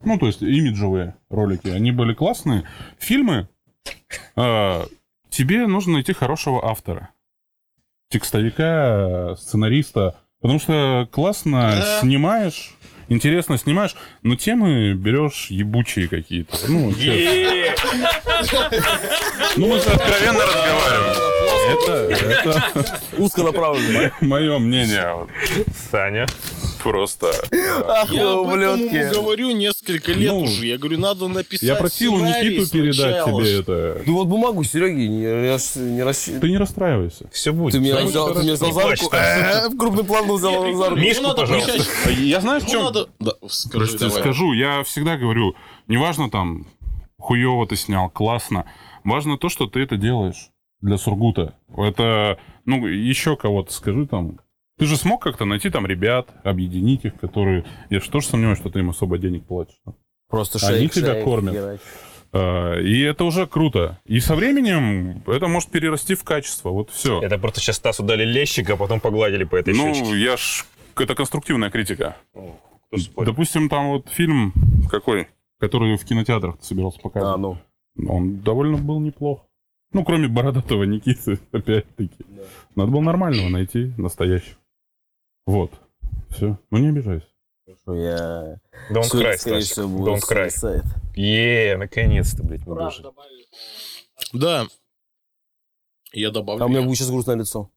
Speaker 4: Ну, то есть имиджевые ролики. Они были классные. Фильмы. а, Тебе нужно найти хорошего автора. Текстовика, сценариста. Потому что классно
Speaker 1: Да.
Speaker 4: снимаешь, интересно снимаешь, но темы берешь ебучие какие-то. Ну, честно.
Speaker 5: Е-е-е.
Speaker 4: Ну, мы же откровенно разговариваем. Это,
Speaker 2: Узко направлено.
Speaker 4: мое мнение. вот.
Speaker 5: Саня.
Speaker 4: Просто.
Speaker 2: Ах,
Speaker 1: Я
Speaker 2: вы
Speaker 1: об этом
Speaker 2: ублюдки.
Speaker 1: говорю несколько лет
Speaker 4: Ну,
Speaker 1: уже. Я говорю, надо написать
Speaker 4: Я просил у
Speaker 1: сценарий
Speaker 4: Никиту передать
Speaker 1: сначала.
Speaker 4: тебе это.
Speaker 2: Ну вот бумагу Сереги, не- я ж не расщ...
Speaker 4: Ты не расстраивайся.
Speaker 5: Все
Speaker 2: Ты
Speaker 5: будет.
Speaker 2: меня
Speaker 5: Всё
Speaker 2: взял, ты
Speaker 5: будет.
Speaker 2: меня взял за
Speaker 5: Не
Speaker 2: руку.
Speaker 5: плачь, Стас.
Speaker 2: В крупный план взял за руку.
Speaker 5: Мишку,
Speaker 1: Ну, надо
Speaker 5: пожалуйста.
Speaker 1: включать.
Speaker 4: А Я знаю, в
Speaker 1: Ну,
Speaker 4: чем...
Speaker 1: надо... Да, скажи,
Speaker 4: Подожди,
Speaker 1: давай.
Speaker 4: скажу, я всегда говорю, неважно там, хуево ты снял, классно. Важно то, что ты это делаешь для Сургута. Это, ну, еще кого-то скажи там. Ты же смог как-то найти там ребят, объединить их, которые... Я же тоже сомневаюсь, что ты им особо денег платишь.
Speaker 2: Просто
Speaker 4: Они
Speaker 2: шейк,
Speaker 4: тебя
Speaker 2: шейк,
Speaker 4: кормят.
Speaker 2: херачь.
Speaker 4: А, И это уже круто. И со временем это может перерасти в качество. Вот все.
Speaker 5: Это просто сейчас Стасу дали лещик, а потом погладили по этой
Speaker 4: Ну,
Speaker 5: щечке.
Speaker 4: я ж... Это конструктивная критика.
Speaker 5: Кто спорит?
Speaker 4: Допустим, там вот фильм какой, который в кинотеатрах ты собирался
Speaker 2: А,
Speaker 4: показывать.
Speaker 2: ну.
Speaker 4: Он довольно был неплох. Ну, кроме бородатого Никиты, опять-таки. Надо было нормального найти, настоящего. Вот. Все. Ну, не обижайся.
Speaker 2: Я...
Speaker 5: Don't
Speaker 2: Сегодня,
Speaker 5: cry,
Speaker 2: скорее
Speaker 5: Стасик.
Speaker 2: всего, будет
Speaker 5: Don't cry.
Speaker 2: сайт.
Speaker 5: Е, наконец-то, блядь, мы дожили.
Speaker 1: Да. Я добавлю.
Speaker 2: А у меня будет сейчас грустное лицо.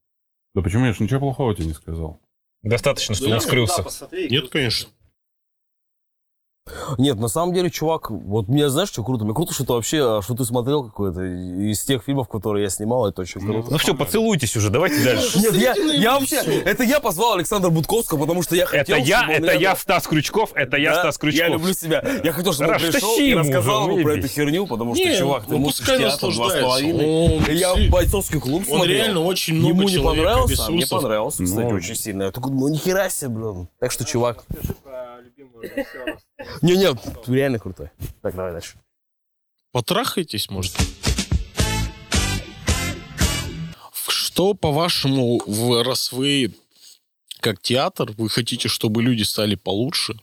Speaker 4: Да почему я же ничего плохого тебе не сказал?
Speaker 2: Ну,
Speaker 5: Достаточно, что он скрылся.
Speaker 1: Нет, конечно.
Speaker 2: Нет, на самом деле, чувак, вот мне знаешь, что круто? Мне круто, что ты вообще, а, что ты смотрел какое-то из тех фильмов, которые я снимал, это очень круто.
Speaker 5: Ну все, поцелуйтесь уже, давайте дальше.
Speaker 1: Ну,
Speaker 2: Нет, я,
Speaker 1: Посмотрите на
Speaker 2: я
Speaker 1: его
Speaker 2: вообще,
Speaker 1: лицо.
Speaker 2: это я позвал Александра Будковского, потому что я хотел,
Speaker 5: Это я,
Speaker 2: чтобы он
Speaker 5: это я
Speaker 2: рядом-
Speaker 5: Стас Крючков, это я
Speaker 2: Да,
Speaker 5: Стас
Speaker 2: Я
Speaker 5: Крючков.
Speaker 2: люблю себя. Я хотел, чтобы он
Speaker 5: Раш,
Speaker 2: пришел
Speaker 5: тащи
Speaker 2: и
Speaker 5: его
Speaker 2: рассказал
Speaker 5: уже,
Speaker 2: ему про
Speaker 5: заебись.
Speaker 2: эту херню, потому что,
Speaker 1: Не,
Speaker 2: чувак, ты
Speaker 1: ну,
Speaker 2: мусор
Speaker 1: пускай
Speaker 2: театр два с
Speaker 1: наслаждается.
Speaker 2: половиной.
Speaker 1: Он
Speaker 2: Я
Speaker 1: си-
Speaker 2: бойцовский клуб
Speaker 1: Он
Speaker 2: смотрел.
Speaker 1: реально очень много
Speaker 2: Ему не
Speaker 1: человек
Speaker 2: понравился, а мне
Speaker 1: Иисусов.
Speaker 2: понравился, кстати,
Speaker 4: Ну.
Speaker 2: очень сильно. Я такой, ну нихера себе, блин. Так что, чувак... Не, не, ты реально крутой. Так, давай дальше.
Speaker 1: Потрахайтесь, может. В Что, по-вашему, в, раз вы как театр, вы хотите, чтобы люди стали получше?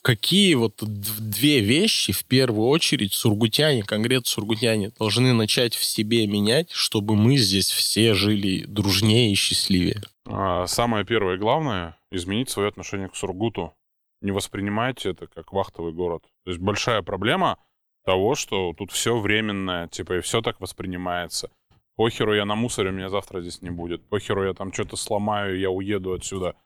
Speaker 1: Какие вот д- две вещи, в первую очередь, сургутяне, конкретно сургутяне, должны начать в себе менять, чтобы мы здесь все жили дружнее и счастливее?
Speaker 4: А, Самое первое и главное — изменить свое отношение к Сургуту. Не воспринимайте это как вахтовый город. То есть большая проблема того, что тут все временное, типа, и все так воспринимается. Похеру я на мусоре, меня завтра здесь не будет. Похеру я там что-то сломаю, я уеду отсюда.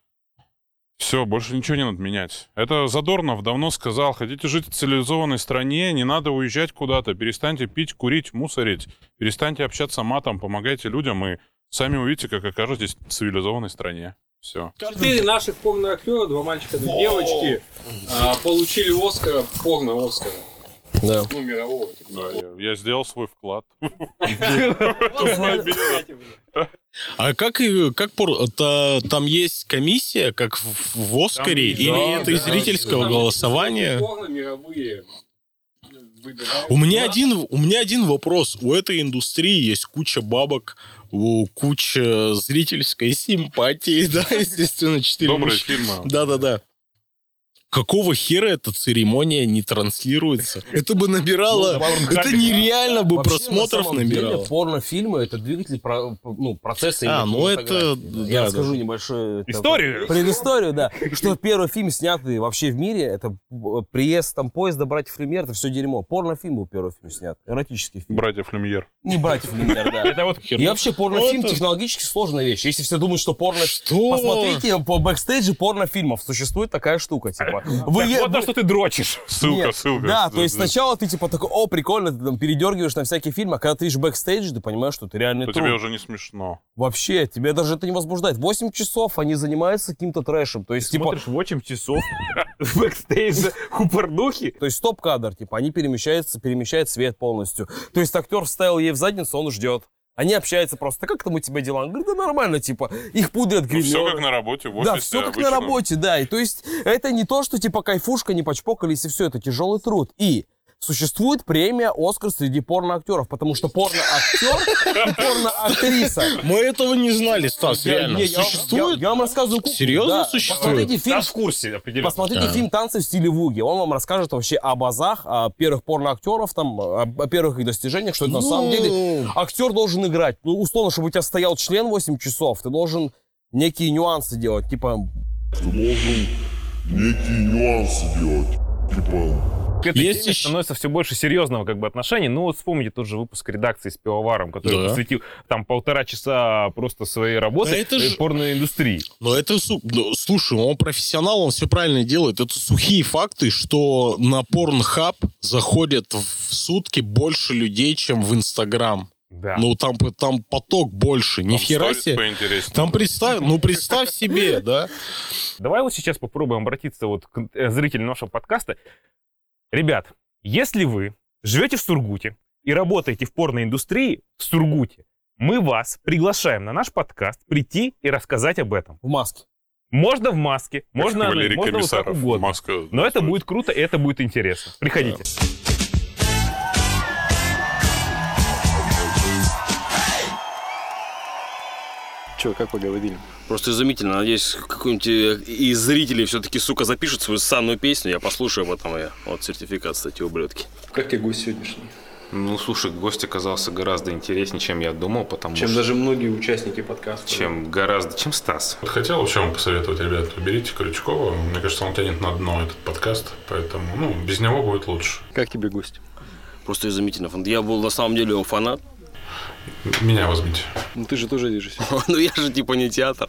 Speaker 4: Все, больше ничего не надо менять. Это Задорнов давно сказал, хотите жить в цивилизованной стране, не надо уезжать куда-то, перестаньте пить, курить, мусорить, перестаньте общаться матом, помогайте людям и Сами увидите, как окажетесь в цивилизованной стране. Все.
Speaker 6: Четыре наших порно-актера, два мальчика, две девочки, а, получили Оскара, порно-Оскара.
Speaker 2: Да.
Speaker 6: Ну, мирового. типа.
Speaker 4: я, я сделал свой вклад.
Speaker 1: А как, и- как пор- та- там есть комиссия, как в, в «Оскаре»,
Speaker 4: Там-
Speaker 1: или
Speaker 4: да,
Speaker 1: это из
Speaker 4: да,
Speaker 1: зрительского
Speaker 6: Там
Speaker 1: голосования?
Speaker 6: Порно мировые выбирают.
Speaker 1: У меня, один, у меня один вопрос. У этой индустрии есть куча бабок, у- куча зрительской симпатии, да, естественно, четыре
Speaker 4: Добрые
Speaker 1: мужчины.
Speaker 4: фильмы.
Speaker 1: Да-да-да. Какого хера эта церемония не транслируется? Это бы
Speaker 2: Ну,
Speaker 1: набирало... Это нереально бы
Speaker 2: Вообще,
Speaker 1: просмотров
Speaker 2: на самом деле,
Speaker 1: набирало.
Speaker 2: Порнофильмы это двигатель про- ну, процесса.
Speaker 1: А,
Speaker 2: именно
Speaker 1: ну это-
Speaker 2: кинематографии, да. Я
Speaker 1: да,
Speaker 2: расскажу
Speaker 1: да.
Speaker 2: небольшую такую
Speaker 5: Историю.
Speaker 2: Предысторию, да. Что первый фильм, снятый вообще в мире, это э, приезд там поезда братьев Люмьер, это все дерьмо. Порнофильм был первый фильм снят, эротический фильм.
Speaker 4: Братьев Люмьер.
Speaker 2: Не братьев Люмьер, да.
Speaker 5: Это Ну, вот
Speaker 2: И вообще порнофильм
Speaker 1: это-
Speaker 2: технологически сложная вещь. Если все думают, что порно...
Speaker 1: Что?
Speaker 2: Посмотрите по бэкстейджу порнофильмов. Существует такая штука, типа. Вы,
Speaker 5: так
Speaker 2: е-
Speaker 5: вот на
Speaker 2: вы-
Speaker 5: что ты дрочишь.
Speaker 4: Ссылка,
Speaker 2: Нет,
Speaker 4: ссылка.
Speaker 2: Да, то есть сначала ты типа такой, о, прикольно, ты там передергиваешь на всякий фильм, а когда ты видишь бэкстейдж, ты понимаешь, что ты реально
Speaker 4: То
Speaker 2: труд.
Speaker 4: тебе уже не смешно.
Speaker 2: Вообще, тебя даже это не возбуждает. 8 часов они занимаются каким-то трэшем. То есть, типа,
Speaker 5: Смотришь 8 часов в бэкстейже у порнухи.
Speaker 2: то есть стоп-кадр, типа, они перемещаются, перемещают свет полностью. То есть актер вставил ей в задницу, он ждет. Они общаются просто, «Да как там у тебя дела? Он говорит, да нормально, типа, их пудрят
Speaker 4: Ну, все
Speaker 2: гримеры».
Speaker 4: как на работе, в офисе.
Speaker 2: Да, все как на
Speaker 4: обычно.
Speaker 2: работе, да. И то есть это не то, что типа кайфушка, не почпокались и все, это тяжелый труд. И существует премия Оскар среди порноактеров, потому что порноактер и порноактриса.
Speaker 1: Мы этого не знали, Стас,
Speaker 2: Я-
Speaker 1: реально.
Speaker 2: не, я вам-
Speaker 1: Существует?
Speaker 2: Я, я вам рассказываю куклу.
Speaker 1: Серьезно
Speaker 2: да.
Speaker 1: существует?
Speaker 2: Посмотрите фильм,
Speaker 5: Да, в курсе, определенно.
Speaker 2: посмотрите
Speaker 1: Да.
Speaker 2: фильм «Танцы в стиле вуги». Он вам расскажет вообще о базах, о первых порноактеров, там, о, о первых их достижениях, что это на самом деле
Speaker 1: Ну,
Speaker 2: актер должен играть. Ну, условно, чтобы у тебя стоял член 8 часов, ты должен некие нюансы делать. Типа,
Speaker 7: должен некие нюансы делать. Типа,
Speaker 5: К этой
Speaker 1: Есть
Speaker 5: теме
Speaker 1: еще-
Speaker 5: становится все больше серьезного как бы отношения. Ну вот вспомните тот же выпуск редакции с пивоваром, который
Speaker 1: Да.
Speaker 5: посвятил там полтора часа просто своей работы
Speaker 1: Да это
Speaker 5: э,
Speaker 1: же-
Speaker 5: порной индустрии.
Speaker 1: Но это, су- ну, слушай, он профессионал, он все правильно делает. Это сухие факты, что на Порнхаб заходят в сутки больше людей, чем в Инстаграм.
Speaker 5: Да.
Speaker 1: Ну, там, п- там поток больше. Ни
Speaker 4: Там
Speaker 1: хера
Speaker 4: сторис
Speaker 1: себе.
Speaker 4: поинтереснее.
Speaker 1: Там представь, ну представь себе, да?
Speaker 5: Давай вот сейчас попробуем обратиться вот к э, зрителям нашего подкаста. Ребят, если вы живете в Сургуте и работаете в порной индустрии в Сургуте, мы вас приглашаем на наш подкаст прийти и рассказать об этом.
Speaker 2: в маске.
Speaker 5: Можно в маске, можно,
Speaker 4: Валерий
Speaker 5: можно вот как
Speaker 4: Комиссаров.
Speaker 5: угодно.
Speaker 4: Маска.
Speaker 5: Но это будет круто, и это будет интересно. Приходите.
Speaker 8: Просто изумительно. Надеюсь, какой-нибудь э, из зрителей все-таки, сука, запишет свою санную песню. Я послушаю потом ее. Вот сертификат, кстати, ублюдки.
Speaker 9: Как тебе гость сегодняшний?
Speaker 10: Ну, слушай, гость оказался гораздо интереснее, чем я думал, потому
Speaker 9: Чем
Speaker 10: что...
Speaker 9: даже многие участники подкаста.
Speaker 10: Чем гораздо... Чем Стас.
Speaker 4: Хотел вообще вам посоветовать, ребят, уберите Крючкова. Мне кажется, он тянет на дно этот подкаст, поэтому, ну, без него будет лучше.
Speaker 9: Как тебе гость?
Speaker 8: Просто изумительно. Фан- Я был на самом деле его фанат.
Speaker 4: Меня возьмите.
Speaker 9: Ну ты же тоже режиссер.
Speaker 8: Но я же типа не театр.